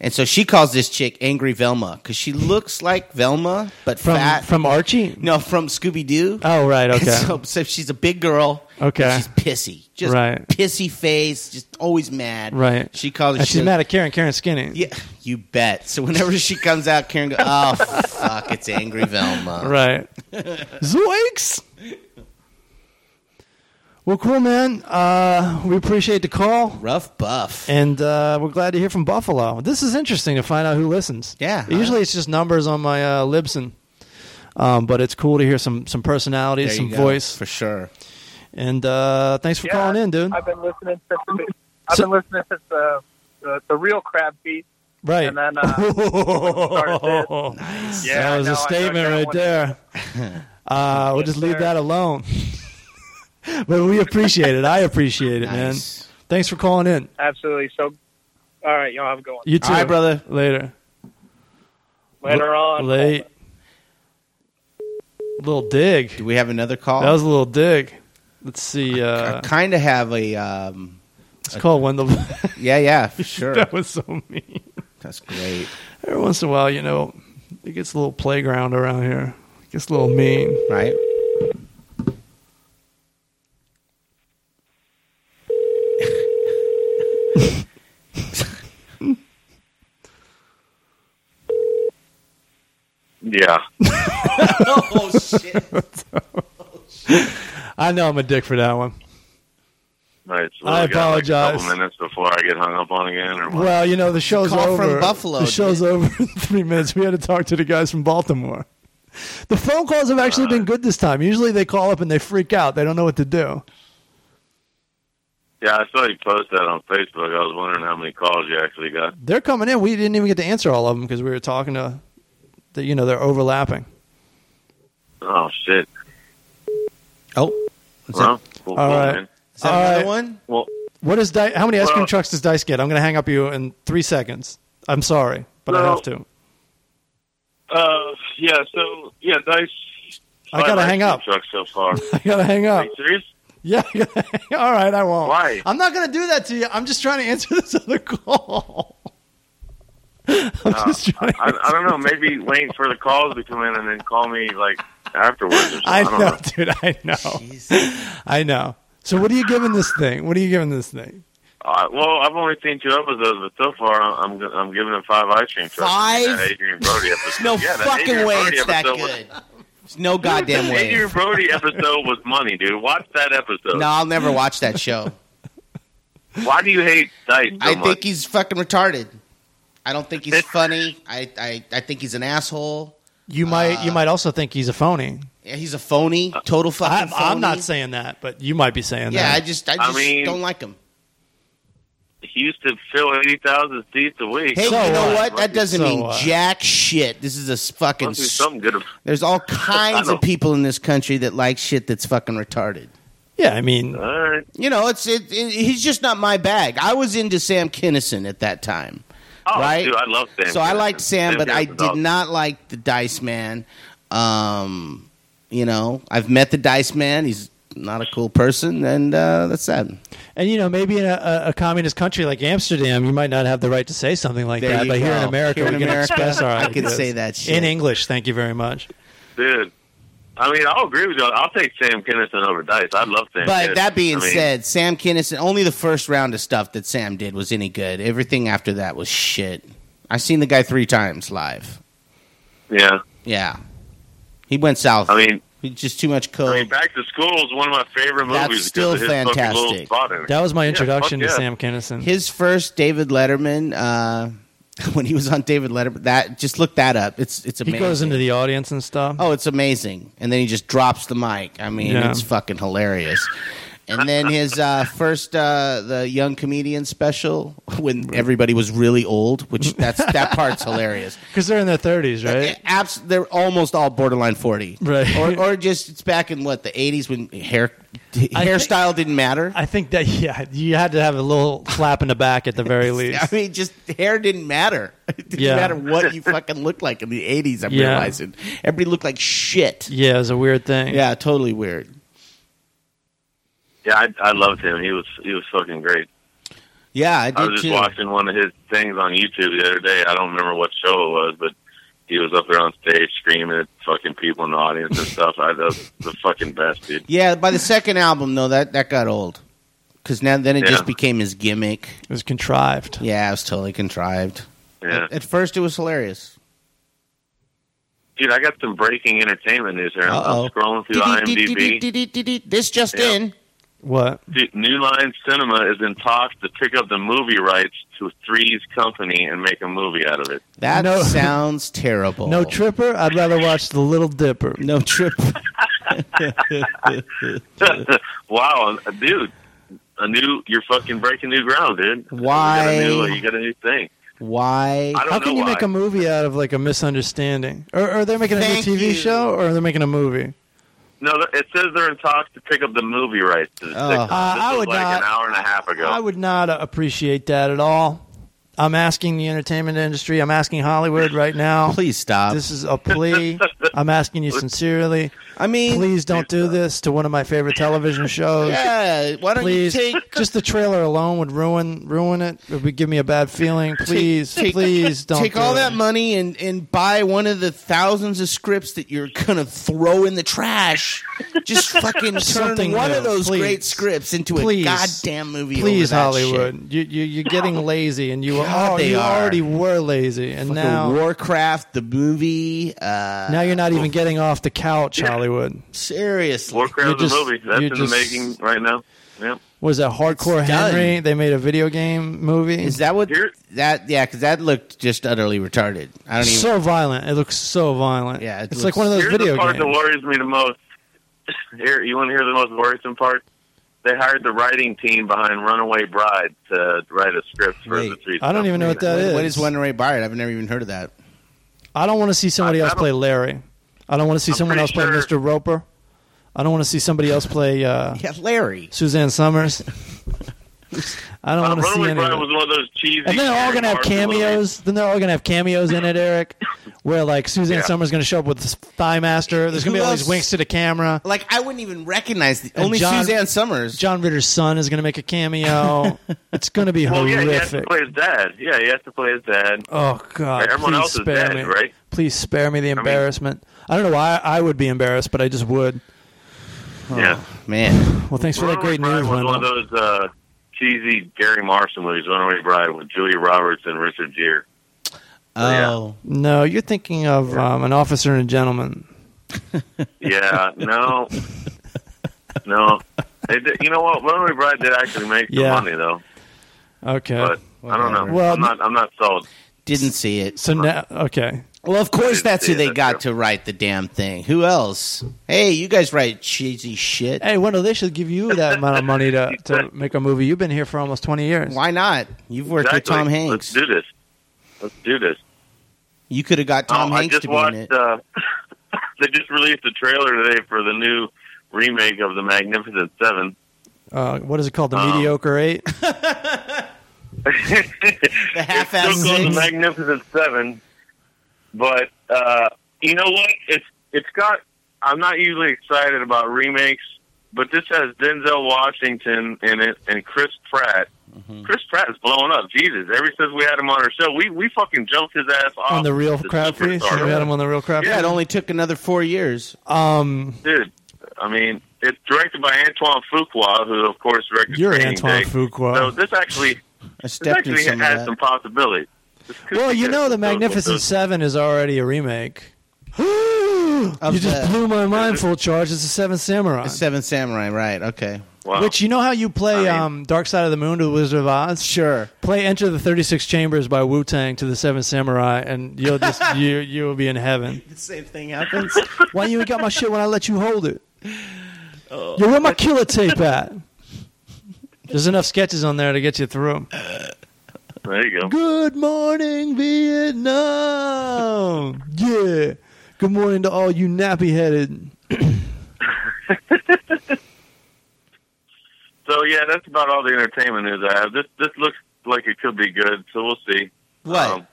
C: And so she calls this chick Angry Velma because she looks like Velma but
B: From
C: fat.
B: from Archie.
C: no, from Scooby Doo.
B: Oh right, okay.
C: So, so she's a big girl.
B: Okay.
C: and She's pissy. Just
B: Right.
C: pissy face, just always mad.
B: Right.
C: She calls her
B: and she's mad at Karen. Karen's skinny.
C: Yeah, you bet. So whenever she comes out, Karen goes, oh, fuck, it's Angry Velma.
B: Right. Zoinks. Well, cool, man. Uh, we appreciate the call,
C: Rough buff.
B: and uh, we're glad to hear from Buffalo. This is interesting to find out who listens.
C: Yeah.
B: Usually it's just numbers on my uh, Libsyn, um, but it's cool to hear some some personalities,
C: There you
B: some
C: go,
B: voice,
C: for sure.
B: and uh, thanks for
F: Yeah,
B: calling in, dude.
F: I've been listening since the, I've
B: So-
F: been listening since the the, the real crab feet.
B: right.
F: and then, uh, started
B: nice.
F: Yeah,
B: that was
F: I
B: a
F: know, I
B: statement
F: know, I
B: right
F: wanted-
B: there. Uh, we'll
F: Yes,
B: just leave
F: sir.
B: that alone. but we appreciate it. I appreciate it, man.
C: Nice.
B: Thanks for calling in.
F: Absolutely. So, all right, y'all have a good one.
B: You too.
C: All right, brother.
B: Later.
F: Later on,
B: Late. Little dig.
C: Do we have another call?
B: That was a little dig. Let's see. Uh,
C: I kind of have a. Um,
B: it's called Wendell.
C: yeah, yeah, for sure.
B: that was so mean.
C: That's great.
B: Every once in a while, you know, it gets a little playground around here. It gets a little mean.
C: Right?
D: Yeah.
C: oh, shit.
B: I know I'm a dick for that one.
D: Nice.
B: I
D: we got, like, a couple
B: apologize.
D: minutes before I get hung up on again, or what?
B: Well, you know, the show's
C: Call
B: over.
C: from Buffalo,
B: The show's
C: dude.
B: over in three minutes. We had to talk to the guys from Baltimore. The phone calls have actually been good this time. Usually they call up and they freak out. They don't know what to do.
D: Yeah, I saw you post that on Facebook. I was wondering how many calls you actually got.
B: They're coming in. We didn't even get to answer all of them because we were talking to, the, you know, they're overlapping.
D: Oh shit.
C: Oh, What's
D: Well, cool,
B: All
D: cool,
B: right.
D: man.
C: is that
B: All
C: another
B: right.
C: one?
D: Well,
B: What is Dice? How many ice cream
D: Well-
B: trucks does Dice get? I'm going to hang up you in three seconds. I'm sorry, but I
D: No.
B: have to.
D: uh, yeah. So yeah, dice.
B: I gotta
D: Five
B: hang
D: ice
B: up.
D: cream Trucks so far.
B: I got to hang
D: Are
B: up.
D: you serious?
B: Yeah. I gotta hang- All right, I won't.
D: Why?
B: I'm not going to do that to you. I'm just trying to answer this other call. I'm just trying. to
D: Uh, I, I don't know. Maybe wait for the calls to come in and then call me like afterwards or something.
B: I
D: I don't
B: know, dude. I know. I know. So, what are you giving this thing? What are you giving this thing?
D: Uh, well, I've only seen two episodes, but so far I'm I'm giving it five ice cream trucks.
C: Five?
D: That Adrian Brody episode.
C: No
D: yeah, that
C: fucking
D: Adrian
C: way
D: Brody
C: it's that
D: episode was-
C: good. There's no
D: That
C: goddamn way.
D: Adrian Brody episode was money, dude. Watch that episode.
C: No, I'll never watch that show.
D: Why do you hate Dice so
C: I
D: much?
C: think he's fucking retarded. I don't think he's funny. I, I, I think he's an asshole.
B: You might.
C: Uh,
B: You might also think he's a phony.
C: Yeah, he's a phony,
D: Uh,
C: total
B: I'm,
C: fucking phony.
B: I'm not saying that, but you might be saying
C: Yeah, I
B: that.
C: just, I
D: I
C: just
D: mean-
C: don't like him.
D: He used to fill eighty thousand seats a week.
C: Hey,
B: So
C: you know
B: what?
C: what? That doesn't
B: So
C: mean
B: what?
C: jack shit. This is a s- fucking.
D: Must be
C: s-
D: something good. about-
C: There's all kinds of
D: don't-
C: people in this country that like shit that's fucking retarded.
B: yeah, I mean,
D: All right.
C: You know, it's it, it, he's just not my bag. I was into Sam Kinison at that time.
D: Oh,
C: Right?
D: dude, I love Sam.
C: so I
D: Jackson.
C: liked Sam, but I
D: Jackson's
C: did
D: awesome.
C: not like the Dice Man. Um, you know, I've met the Dice Man. He's not a cool person, and uh, that's that.
B: And you know, maybe in a, a- a communist country like Amsterdam, you might not have the right to say something like
C: There
B: that.
C: you
B: But here in
C: go.
B: America,
C: Here in
B: we can
C: America,
B: express our
C: I
B: ideas
C: can say that shit.
B: in English. Thank you very much.
D: Dude, I mean, I'll agree with you. I'll take Sam Kinison over Dice. I love Sam.
C: But
D: Kinison.
C: that being
D: I mean,
C: said, Sam Kinison, only the first round of stuff that Sam did was any good. Everything after that was shit. I've seen the guy three times live.
D: yeah.
C: Yeah. He went south.
D: I mean,
C: He- just too much code.
D: I mean, Back to School is one of my favorite
C: That's
D: movies. because
C: still
D: of his fucking little
C: fantastic.
D: spot in it.
B: That was my
D: Yeah,
B: introduction
D: fuck
B: to
D: yeah.
B: Sam Kinison.
C: His first David Letterman, uh, when he was on David Letterman, that just look that up. It's it's
B: he
C: amazing.
B: goes into the audience and stuff.
C: oh, it's amazing. And then he just drops the mic. I mean,
B: Yeah.
C: it's fucking hilarious. And then his uh, first uh, the young comedian special when everybody was really old, which that's that part's hilarious.
B: because they're in their thirties,
C: Yeah,
B: right?
C: abs- they're almost all borderline forty,
B: Right.
C: Or, or just it's back in what the eighties when hair
B: I
C: hairstyle didn't matter.
B: I think that yeah, you had to have a little slap in the back at the very least.
C: I mean, just hair didn't matter. It didn't
B: Yeah.
C: matter what you fucking looked like in the eighties. I'm
B: Yeah.
C: realizing everybody looked like shit.
B: yeah, it was a weird thing.
C: Yeah, totally weird.
D: yeah, I, I loved him. He was he was fucking great.
C: Yeah, I did
D: I was just
C: too.
D: watching one of his things on YouTube the other day. I don't remember what show it was, but he was up there on stage screaming at fucking people in the audience and stuff. I that was the fucking best, dude.
C: Yeah, by the second album though, that that got old. Because now then it
D: Yeah.
C: just became his gimmick.
B: it was contrived.
C: Yeah, it was totally contrived.
D: Yeah,
C: At, at first, it was hilarious.
D: dude, I got some breaking entertainment news here. I'm,
C: Uh-oh.
D: I'm scrolling through IMDb.
C: This just
D: Yeah.
C: in.
B: What?
D: Dude, New Line Cinema is in talks to pick up the movie rights to Three's company and make a movie out of it.
C: That
B: No.
C: sounds terrible.
B: No Tripper? I'd rather watch The Little Dipper.
C: No trip.
D: wow, dude, a new you're fucking breaking new ground, dude.
C: Why?
D: You got a new, you got a new thing.
C: Why?
D: I don't
B: How
D: know
B: can you
D: why.
B: make a movie out of like a misunderstanding? Or are they making a
C: Thank
B: new TV
C: you.
B: show or are they making a movie?
D: No, th- it says they're in talks to pick up the movie rights to the
C: Oh.
D: sitcom.
B: Uh,
D: This
B: I
D: was
B: would
D: like
B: not-
D: an hour and a half ago.
B: I would not uh, appreciate that at all. I'm asking the entertainment industry. I'm asking Hollywood right now.
C: Please stop.
B: This is a plea. I'm asking you sincerely.
C: I mean,
B: Please don't do this to one of my favorite television shows.
C: Yeah. Why don't
B: Please,
C: you take
B: just the trailer alone would ruin ruin it. It would give me a bad feeling. Please,
C: take-
B: please don't
C: take
B: do
C: all
B: it.
C: that money and, and buy one of the thousands of scripts that you're gonna throw in the trash. Just fucking turn
B: Something
C: one
B: new,
C: of those
B: please.
C: great scripts into
B: Please.
C: a goddamn movie. over
B: Please,
C: that
B: Hollywood, you, you you're getting lazy, and you
C: God,
B: are
C: they
B: you
C: are.
B: already were lazy, and
C: shit.
B: now
C: Warcraft the movie. Uh,
B: now you're not even getting off the couch. Hollywood
C: seriously.
B: you're
D: Warcraft the
B: just-
D: movie that's
B: you're
D: in
B: just-
D: the making right now. Yep.
B: was that Hardcore
C: It's done.
B: Henry? They made a video game movie.
C: Is that what
D: Here-
C: that? Yeah, because that looked just utterly retarded. I don't even.
B: so violent. It looks so violent.
C: Yeah, it
B: it's like
C: looks-
B: one of those
D: Here's
B: video
D: the part
B: games.
D: that worries me the most. Here, you want to hear the most worrisome part? They hired the writing team behind Runaway Bride to write a script for
C: Wait,
D: the three.
B: I don't even know what that is.
C: What is one Ray Byard? I've never even heard of that.
B: I don't want to see somebody
D: I- I
B: else play Larry. I don't want to see
D: I'm
B: someone
D: pretty
B: else play
D: sure-
B: Mr. Roper. I don't want to see somebody else play uh,
C: Yeah, Larry.
B: Suzanne Summers. I don't
D: Uh,
B: want to see
D: Runaway
B: any. of
D: Bride
B: it.
D: was one of those cheesy.
B: And they're all gonna have
D: Harry Marshall movies.
B: cameos. Then they're all gonna have cameos in it, Eric. Where like Suzanne
D: Yeah.
B: Summers gonna show up with this Thigh Master. There's gonna
C: Who
B: be all
C: else?
B: these winks to the camera.
C: Like I wouldn't even recognize the
B: And
C: only
B: John-
C: Suzanne Summers.
B: John Ritter's son is gonna make a cameo. it's gonna be
D: Well, yeah, he has to
B: horrific.
D: play his dad. Yeah, he has to play his dad.
B: Oh God!
D: Right, everyone
B: please
D: else is
B: spare
D: dead,
B: me.
D: right?
B: Please spare me the embarrassment. I, don't know why I would be embarrassed, but I just would.
D: yeah.
C: Man,
B: Well, thanks for that
D: Runaway
B: great news,
D: Bride was one of
B: Wendell.
D: those uh, cheesy Gary Marshall movies, Runaway Bride, with Julia Roberts and Richard Gere.
C: oh,
D: yeah.
B: No, you're thinking of um, an officer and a gentleman.
D: Yeah, no, no. They did, you know what? Runaway Bride did actually make
B: Yeah.
D: some money though,
B: Okay.
D: but I don't know.
B: Well,
D: I'm not. I'm not sold.
C: didn't see it.
B: so now, okay.
C: Well, of course, that's who
D: Yeah,
C: they
D: that's
C: got to write the damn thing. Who else? Hey, you guys write cheesy shit.
B: Hey, Wendell, they should give you that amount of money to, to make a movie. You've been here for almost 20 years.
C: Why not? You've worked
D: Exactly.
C: with Tom Hanks.
D: Let's do this. Let's do this.
C: You could have got Tom
D: Oh, I
C: Hanks
D: just
C: to be
D: watched.
C: in it.
D: Uh, they just released a trailer today for the new remake of The Magnificent Seven.
B: Uh, what is it called? The
D: Um,
B: Mediocre Eight?
C: the
D: Still
C: half-ass
D: called
C: six.
D: The Magnificent Seven, but uh, you know what? It's it's got. I'm not usually excited about remakes, but this has Denzel Washington in it and Chris Pratt. Chris Pratt is blowing up. Jesus! Ever since we had him on our show, we we fucking jumped his ass off
B: on the real
D: to
B: crab feast?
D: superstar.
B: We had him on the real crab
C: Yeah, it
B: feast?
C: only took another four years.
B: Um,
D: dude. I mean, it's directed by Antoine Fuqua, who of course directed
B: you're
D: Training
B: Antoine
D: Day.
B: Fuqua.
D: So this actually,
C: I
D: this
C: stepped in
D: actually
C: some of
D: has
C: that.
D: some possibilities. This could
B: Well,
D: be
B: you
D: good.
B: know, The
D: Those-
B: Magnificent
D: those-
B: Seven is already a remake. you
C: the-
B: just blew my mind full charge. It's the Seventh Samurai,
C: The Seven Samurai, right? Okay,
D: wow.
B: which you know how you play
D: I mean-
B: um, Dark Side of the Moon to The Wizard of Oz.
C: sure.
B: Play Enter the Thirty Six Chambers by Wu Tang to the Seventh Samurai, and you'll just you you'll be in heaven.
C: The same thing happens.
B: Why you ain't got my shit when I let you hold it? Yo, where my killer tape at? There's enough sketches on there to get you through.
D: there you go.
B: Good morning, Vietnam. yeah. Good morning to all you nappy headed.
D: So yeah, that's about all the entertainment news I have. This this looks like it could be good, so we'll see.
C: what?
D: Um,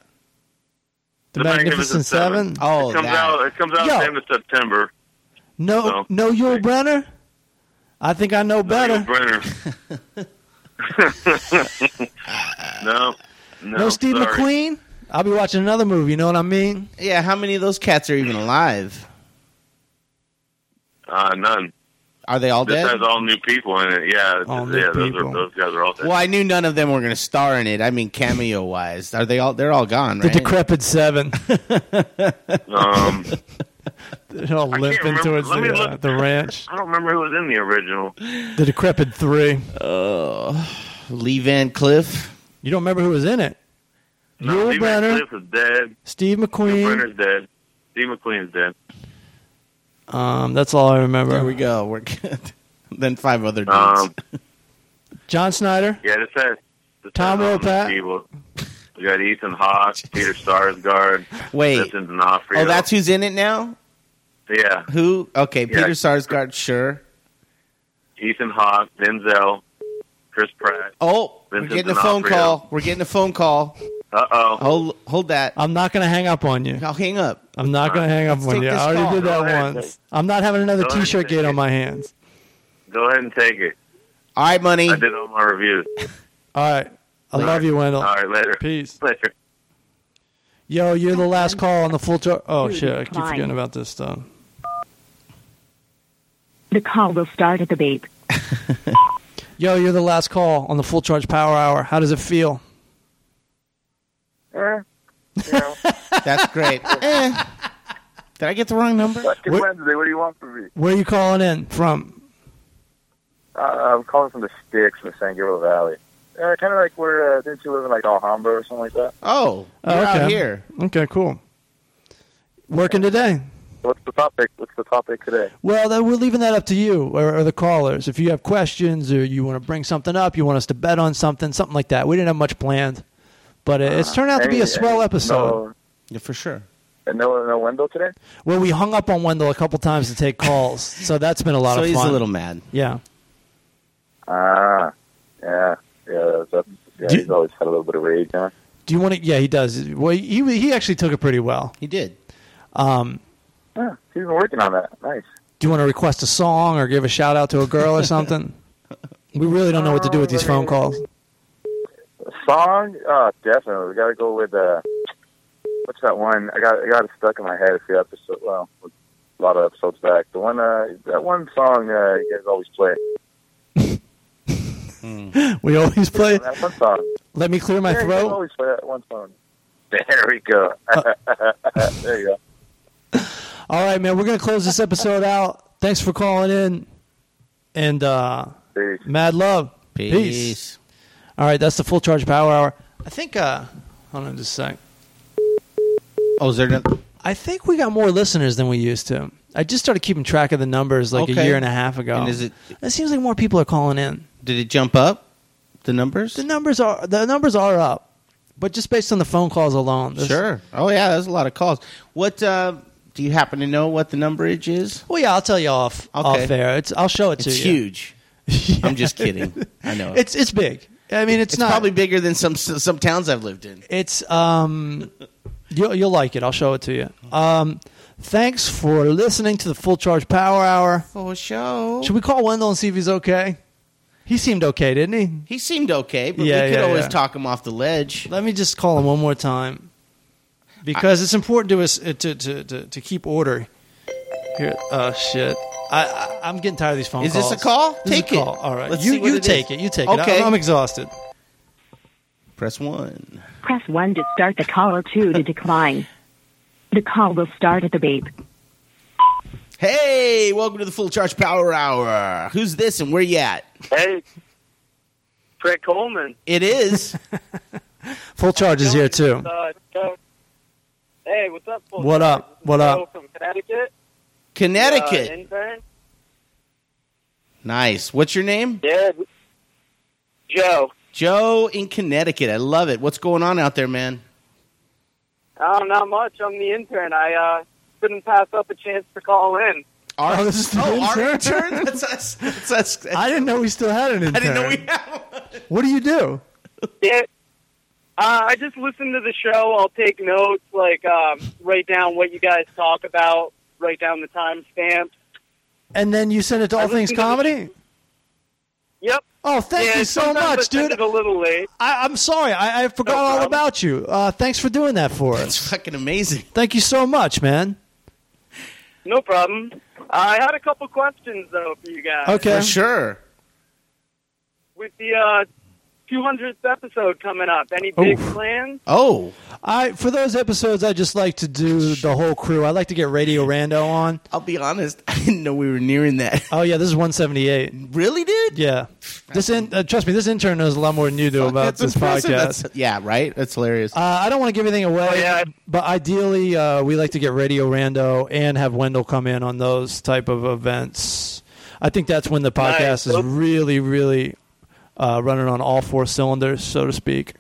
B: The, Magnificent, Seven.
C: oh,
D: it comes
C: that.
D: out. It comes out
B: Yo.
D: at the end of September.
B: No,
D: No.
B: no, Yul Brenner. I think I know
D: No,
B: better.
D: Brenner. no, no,
B: No, Steve
D: sorry.
B: McQueen. I'll be watching another movie. You know what I mean?
C: Yeah, how many of those cats are even alive?
D: Uh, none.
C: Are they all
D: This
C: dead?
D: has all new people in it. Yeah,
B: All new
D: yeah. Those
B: people.
D: are those guys are all. Dead.
C: well, I knew none of them were going to star in it. I mean, cameo wise, are they all? They're all gone,
B: The
C: right?
B: Decrepit Seven.
D: Um,
B: They're all limping
D: remember.
B: towards
D: Let me
B: the,
D: look.
B: uh, the ranch.
D: I don't remember who was in the original.
B: The decrepit three.
C: Lee Van Cliff.
B: You don't remember who was in it? Yul
D: Steve
B: Brenner,
D: Cliff is dead.
B: Steve McQueen.
D: Brenner's dead. Steve McQueen's dead.
B: Um, that's all I remember.
C: There we go. We're good. then five other dudes.
D: Um,
B: John Snyder.
D: Yeah, this has this
B: Tom
D: has all the
B: Wopat.
D: people. We got Ethan Hawke, Peter Sarsgaard,
C: Wait.
D: Vincent D'Onofrio.
C: Oh, that's who's in it now?
D: yeah.
C: Who? Okay,
D: Yeah.
C: Peter Sarsgaard, sure.
D: Ethan Hawke, Denzel, Chris Pratt.
C: Oh, we're
D: Vincent
C: getting a phone
D: D'Onofrio.
C: call. We're getting a phone call.
D: Uh oh.
C: Hold, hold that.
B: I'm not going to hang up on you.
C: I'll hang up.
B: I'm not going to hang up on
C: take
B: you.
C: this
B: I already
C: call.
B: did
D: Go
B: that
D: ahead.
B: once. I'm not having another
D: Go ahead.
B: T-shirt gate on my hands.
D: Go ahead and take it.
C: All right, money.
D: I did all my reviews.
B: All right. I love you, Wendell.
D: All right, later.
B: Peace.
D: Later.
B: Yo, you're the last call on the full tour. Oh
E: Rudy
B: shit! I keep
E: Klein.
B: forgetting about this stuff.
E: The call will start at the beep.
B: Yo, you're the last call on the full charge power hour. How does it feel?
G: Eh, you know,
C: That's great. Eh. Did I get the wrong number?
G: it's
B: What-
G: Wednesday. What do you want from me?
B: Where are you calling in from?
G: Uh, I'm calling from the sticks in the San Gabriel Valley. Uh, kind of like where uh, didn't you live in like Alhambra or something like that?
C: Oh,
B: Oh,
C: you're out
B: okay.
C: here.
B: Okay, cool. Working today.
G: What's the topic? What's the topic today?
B: Well, then we're leaving that up to you or, or the callers. If you have questions or you want to bring something up, you want us to bet on something, something like that. We didn't have much planned, but it, it's turned out to be a
G: Any-
B: swell
G: any-
B: episode.
C: Yeah, for sure.
G: No, no, no window today.
B: Well, we hung up on Wendell a couple times to take calls, so that's been a lot
C: So
B: of
C: he's
B: fun.
C: a little mad.
B: yeah.
G: Ah, yeah, yeah. That's, yeah
B: Do-
G: he's always had a little bit of rage on.
B: Do you want to? Yeah, he does. Well, he he actually took it pretty well.
C: He did.
B: Um,
G: Yeah, he's been working on that. Nice.
B: do you want to request a song or give a shout out to a girl or something? we really don't know what to do with these phone calls.
G: Song? Oh, definitely. We got to go with uh, what's that one? I got I got it stuck in my head a few episodes. Well, a lot of episodes back. The one uh, that one song uh, you guys always play.
B: We always play.
G: That one song.
B: Let me clear my
G: yeah, you guys
B: throat.
G: always play that one song. There we go. there you go.
B: All right, man. We're gonna close this episode out. Thanks for calling in, and uh,
G: Peace.
B: mad love.
C: Peace.
B: All right, that's the full charge power hour. I think. Uh, hold on just a sec.
C: Oh, is there no-
B: I think we got more listeners than we used to. I just started keeping track of the numbers like a
C: Okay.
B: year and a half ago.
C: And is it-
B: It seems like more people are calling in.
C: Did it jump up? The numbers?
B: The numbers are the numbers are up, but just based on the phone calls alone. this-
C: Sure. Oh yeah, that's a lot of calls. What uh, do you happen to know what the numberage is?
B: Well, yeah, I'll tell you off off air. It's I'll show it to
C: It's
B: you.
C: huge. I'm just kidding. I know.
B: It's it's big. I mean, it's,
C: It's
B: not.
C: probably bigger than some some towns I've lived in.
B: it's um, you'll you'll like it. I'll show it to you. Um, thanks for listening to the Full Charge Power Hour.
C: For sure.
B: Should we call Wendell and see if he's okay? He seemed okay, didn't he?
C: He seemed okay, but
B: Yeah,
C: we could
B: yeah,
C: always
B: yeah.
C: talk him off the ledge.
B: Let me just call him one more time because it's important to us uh, to to to, to keep order. Here, oh shit. I, I, I'm getting tired of these phone
C: Is
B: calls.
C: this a call?
B: This is a
C: Take it.
B: call. All right.
C: Let's
B: you
C: see what
B: you
C: it
B: take
C: is.
B: it. You take
C: Okay.
B: it. I- I'm exhausted.
C: Press one.
E: Press 1 to start the call or 2 to decline. The call will start at the beep.
C: Hey, welcome to the Full Charge Power Hour. Who's this and where you at?
H: Hey, Fred Coleman.
C: It is.
B: Full charge is here too.
H: Uh, Joe- hey, what's up? Full
B: Oh. What
H: Charge?
B: up? What
H: Joe
B: up?
H: From Connecticut. Uh,
C: Connecticut.
H: intern.
C: Nice. What's your name?
H: Yeah. Joe.
C: Joe in Connecticut. I love it. What's going on out there, man?
H: Oh, not much. I'm the intern. I uh, couldn't pass up a chance to call in.
C: Our,
B: Oh, this is the
C: oh, our
B: intern?
C: intern? That's us. That's us.
B: I didn't know we still had an intern.
C: I didn't know we had one.
B: What do you do?
H: Yeah. Uh, I just listen to the show. I'll take notes, like um, write down what you guys talk about, write down the timestamps.
B: And then you send it to All
H: listen
B: Things
H: to the-
B: Comedy?
H: Yep.
B: Oh, thank
H: yeah,
B: you so
H: sometimes I
B: much,
H: send
B: dude.
H: it A little late.
B: I, I'm sorry. I, I forgot
H: No
B: all
H: problem.
B: about you. Uh, thanks for doing that for us.
C: It's fucking amazing.
B: Thank you so much, man.
H: No problem. I had a couple
F: Uh,
C: Uh,
H: questions though for you guys.
B: Okay.
C: For sure.
H: with the uh, 200th episode coming up. Any big plans?
C: Oh,
B: I for those episodes, I just like to do the whole crew. I like to get Radio Rando on.
C: I'll be honest, I didn't know we were nearing that.
B: Oh yeah, this is 178.
C: Really, dude?
B: Yeah, this in, uh, trust me, this intern knows a lot more than you do about
C: That's
B: this
C: impressive.
B: podcast.
C: That's- yeah, right. That's hilarious.
B: Uh, I don't want to give anything away,
C: Oh,
B: but ideally, uh, we like to get Radio Rando and have Wendell come in on those type of events. I think that's when the podcast
H: Nice.
B: is really, really uh, running on all four cylinders, so to speak.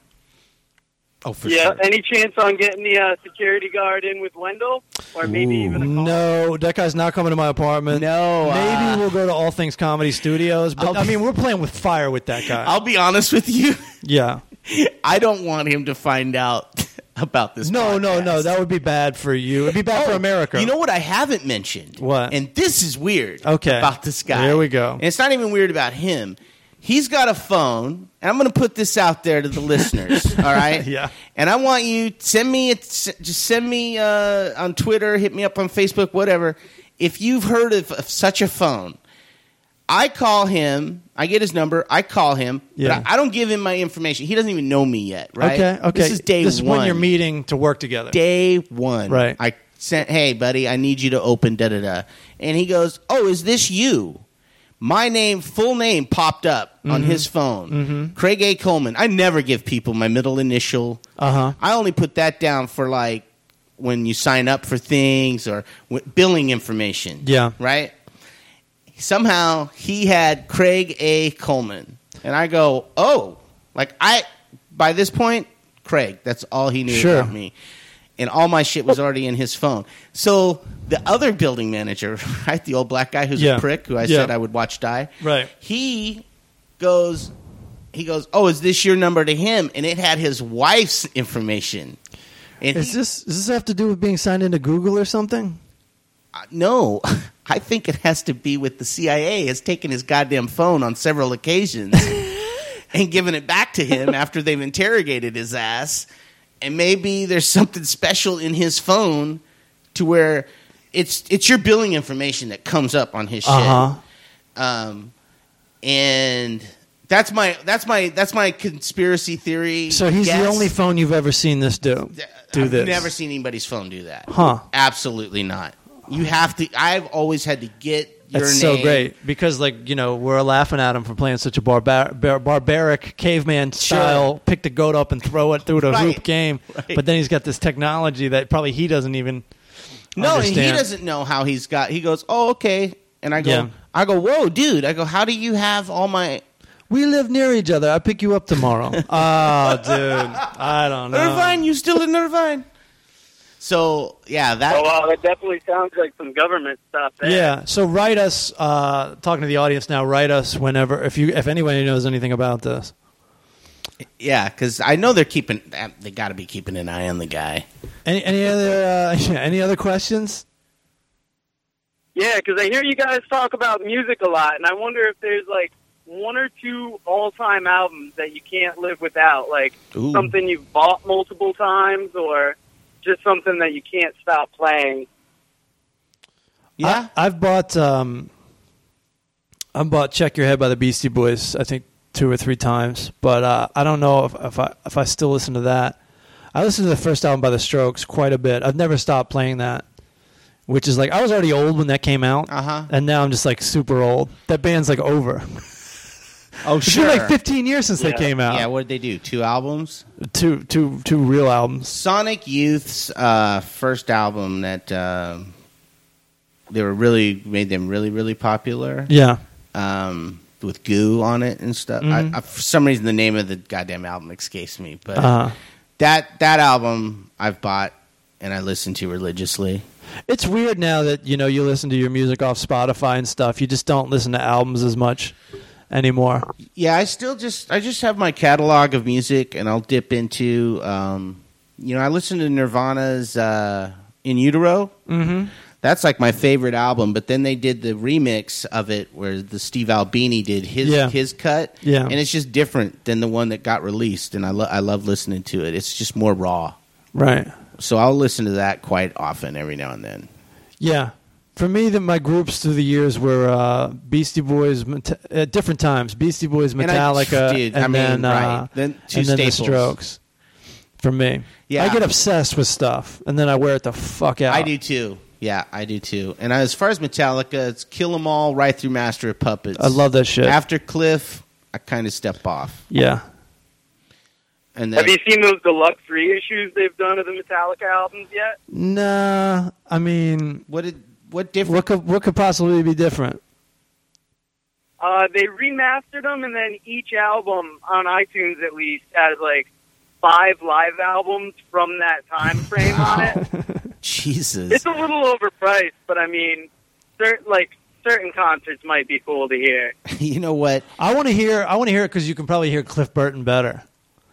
C: Oh, for
H: yeah. Any chance on getting the uh, security guard in with Wendell, or maybe even a
B: No, that guy's not coming to my apartment.
C: Oh. No,
B: Maybe
C: uh,
B: we'll go to All Things Comedy Studios, but
C: I'll-
B: I mean, we're playing with fire with that guy.
C: I'll be honest with you.
B: yeah.
C: I don't want him to find out about this.
B: No, no, no.
C: podcast.
B: That would be bad for you. It'd be bad for
C: Oh,
B: America.
C: You know what I haven't mentioned?
B: What?
C: And this is weird.
B: Okay.
C: About this guy.
B: There we go.
C: And it's not even weird about him. He's got a phone, and I'm going to put this out there to the listeners. All right.
B: Yeah.
C: And I want you send me a, just send me uh, on Twitter, hit me up on Facebook, whatever. If you've heard of, of such a phone, I call him. I get his number. I call him.
B: Yeah.
C: But I, I don't give him my information. He doesn't even know me yet. Right.
B: Okay, okay.
C: This is day
B: This is
C: one.
B: when you're meeting to work together.
C: day one.
B: Right.
C: I sent, hey, buddy, I need you to open da da da. And he goes, oh, is this you? My name, full name popped up on
B: Mm-hmm.
C: his phone. Craig A. Coleman. I never give people my middle initial.
B: Uh-huh.
C: I only put that down for like when you sign up for things or w- billing information.
B: Yeah.
C: Right? Somehow he had Craig A. Coleman. And I go, oh, like I, by this point, Craig, that's all he knew
B: Sure.
C: about me. And all my shit was already in his phone. So the other building manager, right? The old black guy who's
B: Yeah.
C: a prick who I
B: Yeah.
C: said I would watch die.
B: Right.
C: He goes, he goes, oh, is this your number to him? And it had his wife's information. And
B: Is
C: he-
B: this does this have to do with being signed into Google or something?
C: Uh, no, I think it has to be with the CIA has taken his goddamn phone on several occasions and given it back to him after they've interrogated his ass. And maybe there's something special in his phone to where it's it's your billing information that comes up on his shit.
B: Uh-huh.
C: Um, and that's my that's my that's my conspiracy theory.
B: So he's
C: guess.
B: the only phone you've ever seen this do. Do
C: I've
B: this.
C: never seen anybody's phone do that.
B: Huh.
C: Absolutely not. You have to. I've always had to get your
B: That's
C: name.
B: so great because, like, you know, we're laughing at him for playing such a barbar- bar- barbaric caveman style, pick the goat up and throw it through the
C: Right.
B: hoop game.
C: Right.
B: But then he's got this technology that probably he doesn't even.
C: No, and he
B: understand.
C: doesn't know how he's got. He goes, "Oh, okay," and I go,
B: Yeah.
C: "I go, whoa, dude!" I go, "How do you have all my?"
B: We live near each other. I pick you up tomorrow. oh, dude, I don't know.
C: Irvine, you still in Irvine? So yeah, that
H: Oh, wow, that definitely sounds like some government stuff. There.
B: Yeah. So write us. Uh, talking to the audience now. Write us whenever if you if anybody knows anything about this.
C: yeah, because I know they're keeping. They got to be keeping an eye on the
B: Uh,
C: guy.
B: Any any other uh, yeah, any other questions?
H: Yeah, because I hear you guys talk about music a lot, and I wonder if there's like one or two all-time albums that you can't live without, like
C: Ooh.
H: something you've bought multiple times, or just something that you can't stop playing.
C: Yeah,
B: I, have bought um, I bought "Check Your Head" by the Beastie Boys. I think two or three times, but uh, I don't know if, if I if I still listen to that. I listened to the first album by the Strokes quite a bit. I've never stopped playing that, which is like I was already old when that came out,
C: Uh-huh.
B: and now I'm just like super old. That band's like over.
C: oh
B: It's been like 15 years since they
H: Yeah.
B: came out.
C: yeah, what did they do? Two albums.
B: two two two real albums.
C: Sonic Youth's uh, first album that uh, they were really made them really really popular
B: Yeah.
C: um, with goo on it and stuff. I, I, for some reason, the name of the goddamn album escapes me, but
B: Uh,
C: that that album I've bought and I listen to religiously.
B: it's weird now that you know you listen to your music off Spotify and stuff. You just don't listen to albums as much anymore.
C: Yeah, I still just I just have my catalog of music and I'll dip into. Um, you know, I listen to Nirvana's uh, "In Utero."
B: Mm-hmm.
C: That's like my favorite album, but then they did the remix of it where the Steve Albini did his
B: Yeah.
C: his cut,
B: Yeah.
C: and it's just different than the one that got released. And I lo- I love listening to it. It's just more raw,
B: Right.
C: so I'll listen to that quite often every now and then.
B: Yeah. for me, that my groups through the years were uh, Beastie Boys Meta- at different times. Beastie Boys,
C: And I-
B: Metallica, and,
C: dude, I mean,
B: then uh,
C: right. Then two
B: and then the
C: staples.
B: Strokes. For me,
C: Yeah.
B: I get obsessed with stuff, and then I wear it the fuck out.
C: I do too. Yeah, I do too. And as far as Metallica, it's Kill 'Em All right through Master of Puppets.
B: I love that shit.
C: After Cliff, I kind of step off.
B: yeah,
C: And then
H: Have you seen those deluxe reissues they've done of the Metallica albums yet?
B: nah. I mean,
C: what did what different?
B: what could what could possibly be different?
H: Uh, they remastered them, and then each album on iTunes, at least, has like five live albums from that time frame on it.
C: Jesus,
H: It's a little overpriced, but I mean, certain like certain concerts might be cool to hear.
C: you know what?
B: I want to hear. I want to hear it because you can probably hear Cliff Burton better.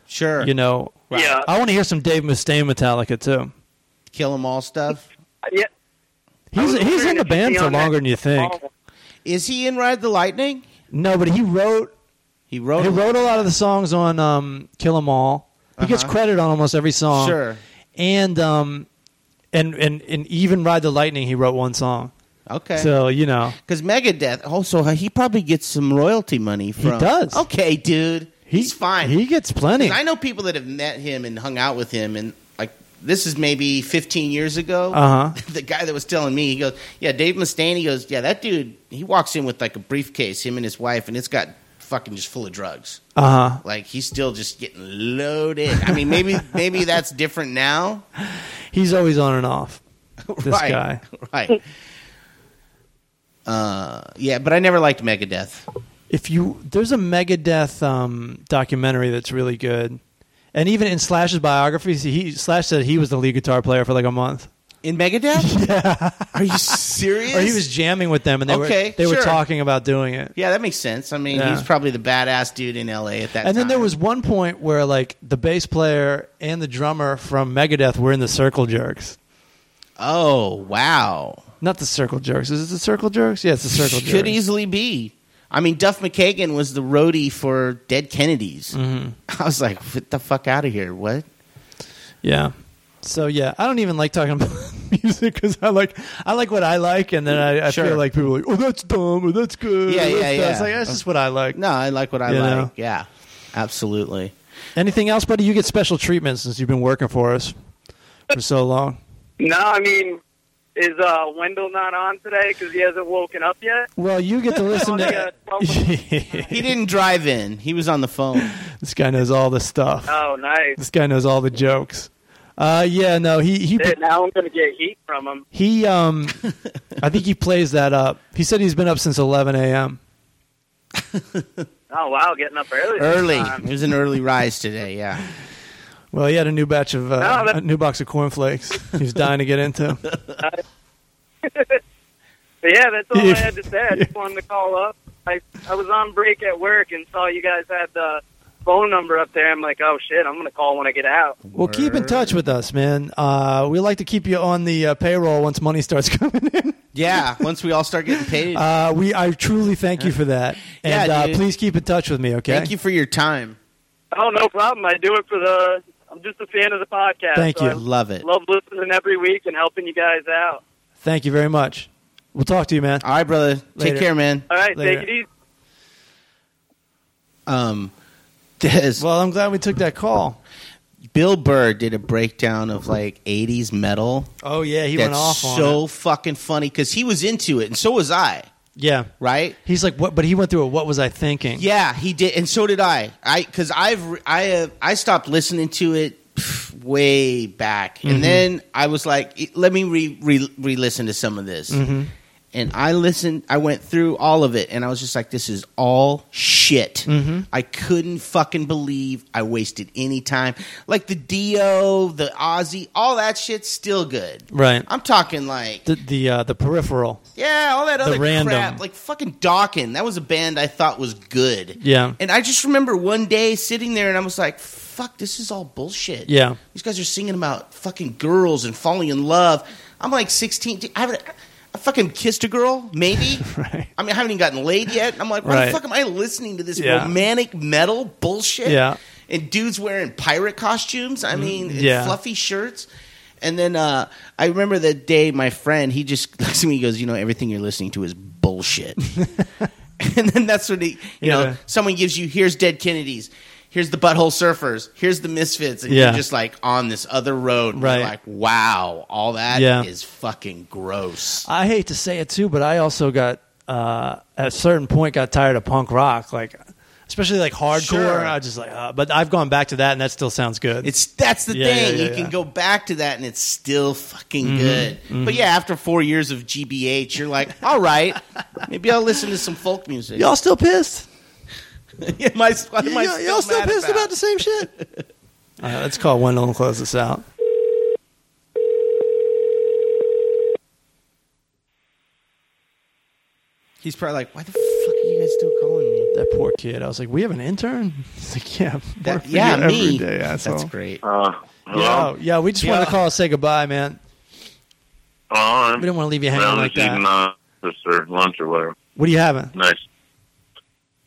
C: Sure,
B: You know,
H: Yeah,
B: I want to hear some Dave Mustaine Metallica too.
C: Kill 'Em All stuff.
H: yeah. I
B: He's he's
H: was
B: in
H: wondering
B: the
H: if you'd
B: band
H: be
B: for
H: on that
B: longer than you think.
H: album.
C: Is he in Ride the Lightning?
B: No, but he wrote
C: He wrote.
B: he
C: it.
B: wrote a lot of the songs on um, Kill 'Em All. He gets credit on almost every song.
C: Uh-huh. Sure.
B: And um, and and and even Ride the Lightning, he wrote one song.
C: Okay.
B: So you know,
C: Because Megadeth, also he probably gets some royalty money from.
B: does.
C: Okay, dude, he's fine.
B: He gets plenty.
C: 'Cause I know people that have met him and hung out with him, and like this is maybe 15 years ago.
B: Uh-huh.
C: the guy that was telling me, he goes, "Yeah, Dave Mustaine." He goes, "Yeah, that dude." He walks in with like a briefcase, him and his wife, and it's got fucking just full of drugs.
B: Uh huh.
C: Like he's still just getting loaded. I mean, maybe maybe that's different now.
B: He's always on and off. This
C: right,
B: guy.
C: right? Uh, yeah, but I never liked Megadeth.
B: If you there's a Megadeth um, documentary that's really good, and even in Slash's biography, he Slash said he was the lead guitar player for like a month.
C: In Megadeth? Yeah. Are you serious?
B: Or he was jamming with them, and they
C: Okay,
B: were they
C: sure.
B: were talking about doing it.
C: Yeah, that makes sense. I mean,
B: Yeah.
C: he's probably the badass dude in LA at that time.
B: And then there was one point where like the bass player and the drummer from Megadeth were in the Circle Jerks.
C: Oh, wow.
B: Not the Circle Jerks. Is it the Circle Jerks? Yeah, it's the Circle Jerks.
C: Could easily be. I mean, Duff McKagan was the roadie for Dead Kennedys.
B: Mm-hmm.
C: I was like, get the fuck out of here. What?
B: Yeah. So yeah, I don't even like talking about music because I like I like what I like, and then I, I
C: Sure.
B: feel like people are like, oh, that's dumb, or that's good.
C: Yeah,
B: or
C: yeah,
B: that's
C: yeah.
B: It's like that's just what I like.
C: No, I like what I
B: You
C: like.
B: know?
C: Yeah, absolutely.
B: Anything else, buddy? You get special treatment since you've been working for us for so long.
H: No, I mean, is uh, Wendell not on today because he hasn't woken up yet?
B: Well, you get to listen to.
H: Oh,
C: He didn't drive in, he was on the phone.
B: this guy knows all the stuff.
H: Oh, nice.
B: This guy knows all the jokes. Uh, yeah, no, he he
H: Shit, now I'm gonna get heat from him.
B: he um, I think he plays that up. He said he's been up since 11 a.m.
H: Oh wow, getting up early. this
C: early.
H: time.
C: It was an early rise today, yeah.
B: Well, he had a new batch of uh,
H: No, that-
B: a new box of cornflakes. He was dying to get into.
H: But yeah, that's all I
B: Yeah.
H: had to say. I just wanted to call up. I I was on break at work and saw you guys had the phone number up there. I'm like, oh shit, I'm gonna call when I get out.
B: Well, keep in touch with us, man. Uh, we like to keep you on the uh, payroll once money starts coming in.
C: Yeah, once we all start getting paid.
B: Uh, we, I truly thank you for that,
C: Yeah,
B: and uh,
C: dude.
B: please keep in touch with me. Okay.
C: Thank you for your time.
H: Oh no problem. I do it for the. I'm just a fan of the podcast.
B: Thank
H: so
B: you.
C: I love
H: I
C: it.
H: love listening every week and helping you guys out.
B: Thank you very much. We'll talk to you, man.
C: All right, brother.
B: Later.
C: Take care, man.
H: All right,
B: Later.
H: take it easy.
C: Um, this-
B: Well, I'm glad we took that call.
C: Bill Burr did a breakdown of like 80s metal.
B: Oh yeah, he
C: that's
B: went off on
C: so
B: it.
C: fucking funny because he was into it and so was I,
B: Yeah,
C: right?
B: he's like, what? But he went through a What was I thinking?
C: Yeah, he did, and so did I. I because I've re- I have I stopped listening to it pff, way back, and then I was like, "E- let me re re re listen to some of this, and I listened. I went through all of it, and I was just like, this is all shit. I couldn't fucking believe I wasted any time. Like the Dio, the Ozzy, all that shit's still good.
B: Right.
C: I'm talking like
B: The the uh, the peripheral.
C: yeah, all that other
B: random.
C: crap. Like fucking Dawkins. That was a band I thought was good.
B: Yeah.
C: And I just remember one day sitting there and I was like, fuck, this is all bullshit.
B: Yeah.
C: These guys are singing about fucking girls and falling in love. I'm like 16. dude, I, haven't- I fucking kissed a girl, maybe.
B: Right.
C: I mean, I haven't even gotten laid yet. I'm like, why the
B: Right.
C: fuck am I listening to this
B: Yeah.
C: romantic metal bullshit?
B: Yeah. Mm-hmm.
C: And dudes wearing pirate costumes. I mean, and
B: Yeah.
C: fluffy shirts. And then uh, I remember that day, my friend, he just looks at me and goes, You know, everything you're listening to is bullshit. and then that's when he, you
B: Yeah.
C: know, someone gives you, Here's Dead Kennedys, here's the Butthole Surfers, here's the Misfits. And
B: Yeah.
C: you're just like on this other road. And
B: Right.
C: You're like, Wow, all that is
B: Yeah.
C: fucking gross.
B: I hate to say it too, but I also got uh, at a certain point got tired of punk rock, like especially like hardcore.
C: Sure.
B: I just like, uh, but I've gone back to that, and that still sounds good.
C: It's that's the
B: Yeah,
C: thing.
B: yeah, yeah,
C: you can
B: yeah.
C: go back to that and it's still fucking good. But yeah, after four years of GBH, you're like, all right, maybe I'll listen to some folk music.
B: y'all still pissed?
C: am I, what am I
B: y'all y'all still
C: mad
B: pissed about? the same shit? All right, let's call Wendell and close this out.
C: He's probably like, why the fuck are you guys still calling me?
B: That poor kid. I was like, we have an intern. He's like, yeah, work
C: That,
B: for
C: yeah,
B: you
C: me.
B: Every day, asshole.
C: That's great.
D: Uh,
B: Yeah, oh,
D: hello?
B: yeah. We just wanted to
C: Yeah.
B: call and say goodbye, man.
D: Oh, I'm
B: We didn't want to leave you hanging
D: well,
B: like
D: just
B: that.
D: eating uh, this or lunch or whatever.
B: What do you having?
D: Nice.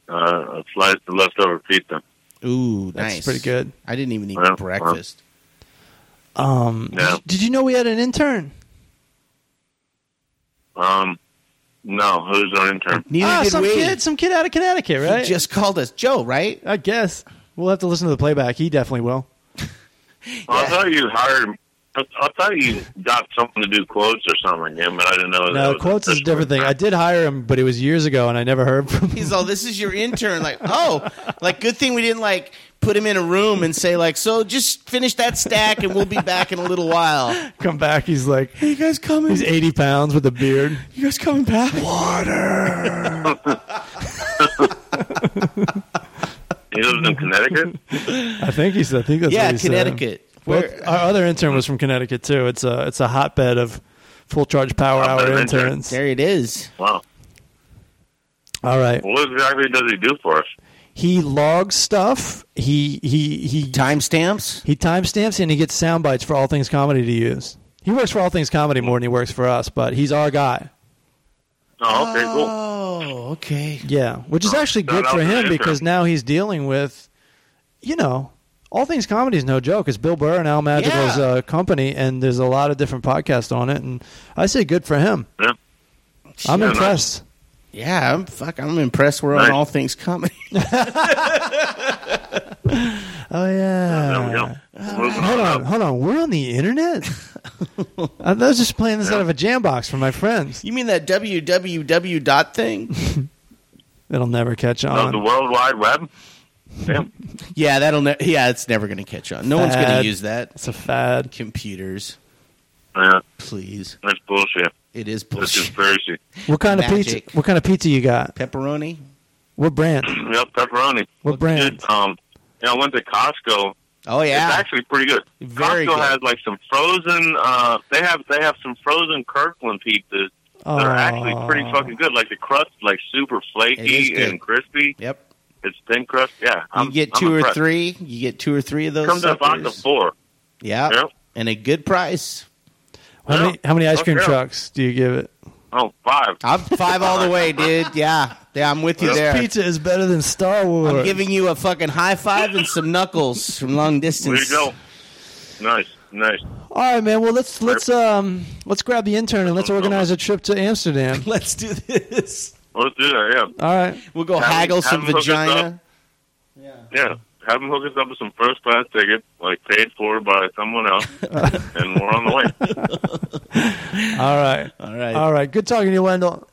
D: Uh, a slice of leftover pizza.
C: Ooh,
B: That's
C: nice.
B: pretty good.
C: I didn't even eat
D: Well,
C: breakfast.
B: Um,
D: Yeah.
B: Did you know we had an intern?
D: Um, no, who's our intern?
C: Neither
B: Ah,
C: did
B: some
C: we.
B: kid, some kid out of Connecticut,
C: He
B: right?
C: just called us Joe, right?
B: I guess we'll have to listen to the playback. He definitely will.
D: I thought you hired. I, I thought you got someone to do quotes or something again, but I didn't know. that
B: No,
D: was
B: quotes is a
D: official.
B: different thing. I did hire him, but it was years ago, and I never heard from him.
C: He's all, this is your intern. Like, oh, like good thing we didn't like put him in a room and say like, so just finish that stack and we'll be back in a little while.
B: Come back, he's like,
C: Hey, you guys coming?
B: he's eighty pounds with a beard.
C: You guys coming back?
D: He lives in Connecticut.
B: I think he's. I think that's
C: Yeah,
B: what he said.
C: Connecticut.
B: Both-
C: Where-
B: our other intern was from Connecticut too. It's a it's a hotbed of full charge power
D: Hotbed
B: hour
D: of interns.
B: interns.
C: there it is.
D: Wow.
B: All right,
D: What exactly does he do for us?
B: he logs stuff. He he he
C: Timestamps.
B: He timestamps and he gets sound bites for All Things Comedy to use. He works for All Things Comedy more than he works for us, but he's our guy.
D: Oh, okay, cool.
B: Uh,
C: Oh, okay.
B: Yeah, which is actually
D: Shout
B: good
D: out
B: for
D: to
B: him
D: Andrew.
B: because now he's dealing with, you know, All Things Comedy is no joke. It's Bill Burr and Al Magical's
C: Yeah.
B: uh, company, and there's a lot of different podcasts on it. And I say good for him.
D: Yeah.
B: I'm
D: Yeah, nice.
B: impressed.
C: Yeah, I'm fuck. I'm impressed. We're on
D: Nice.
C: all things comedy.
B: Oh
D: There we
B: yeah.
D: go. Moving
B: uh, Hold
D: up.
B: on, hold on. We're on the internet. I was just playing this out of a jam box for my friends.
C: You mean that www dot thing?
B: It'll never catch
D: Oh,
B: on.
D: the World Wide Web. Damn.
C: yeah, that'll. Ne- yeah, it's never going to catch on. No one's going
B: Bad.
C: to use that.
B: it's a fad.
C: Computers,
D: Yeah,
C: please.
D: that's bullshit.
C: It is
D: That's
C: bullshit.
D: conspiracy.
B: What kind of
C: Magic.
B: pizza? What kind of pizza you got?
C: Pepperoni.
B: What brand?
D: Yep, pepperoni.
B: What brand?
D: Dude, um, you know, I went to Costco.
C: Oh yeah.
D: It's actually pretty good.
C: Very
D: Costco
C: good.
D: has like some frozen. Uh, they have they have some frozen Kirkland pizzas that are actually pretty
B: Oh.
D: fucking good. Like the crust, like super
C: It is
D: flaky
C: good.
D: and crispy.
C: Yep.
D: It's thin crust. Yeah,
C: You
D: I'm,
C: get
D: I'm
C: 2 or
D: impressed.
C: three. You get two or three of those.
D: Comes in a box of
C: suckers.
D: four.
C: Yeah.
D: Yeah.
C: And a good price.
B: How many, how many ice cream
D: Okay.
B: trucks do you give it?
D: Oh, five.
C: I'm five all the way, dude. Yeah. Yeah, I'm with you
D: This
C: there.
B: Pizza is better than Star Wars.
C: I'm giving you a fucking high five and some knuckles from long
D: There you
C: distance.
D: go. Nice, nice.
B: All right, man. Well, let's let's um let's grab the intern and let's organize a trip to Amsterdam.
C: Let's do this.
D: Let's do that. Yeah,
B: All right.
C: We'll go
D: Have-
C: haggle
D: have
C: some
D: them hook us
C: vagina.
D: yeah. Have them hook us up with some first class ticket, like paid for by someone else, and we're on the way.
B: All right.
C: All right.
B: All right. Good talking to you, Wendell.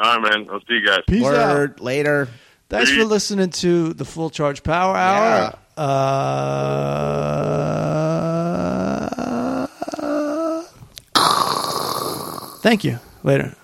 D: All right, man. I'll see you guys.
B: Peace out.
C: Word later.
B: Thanks for listening to the Full Charge Power Hour. Uh, thank you. Later.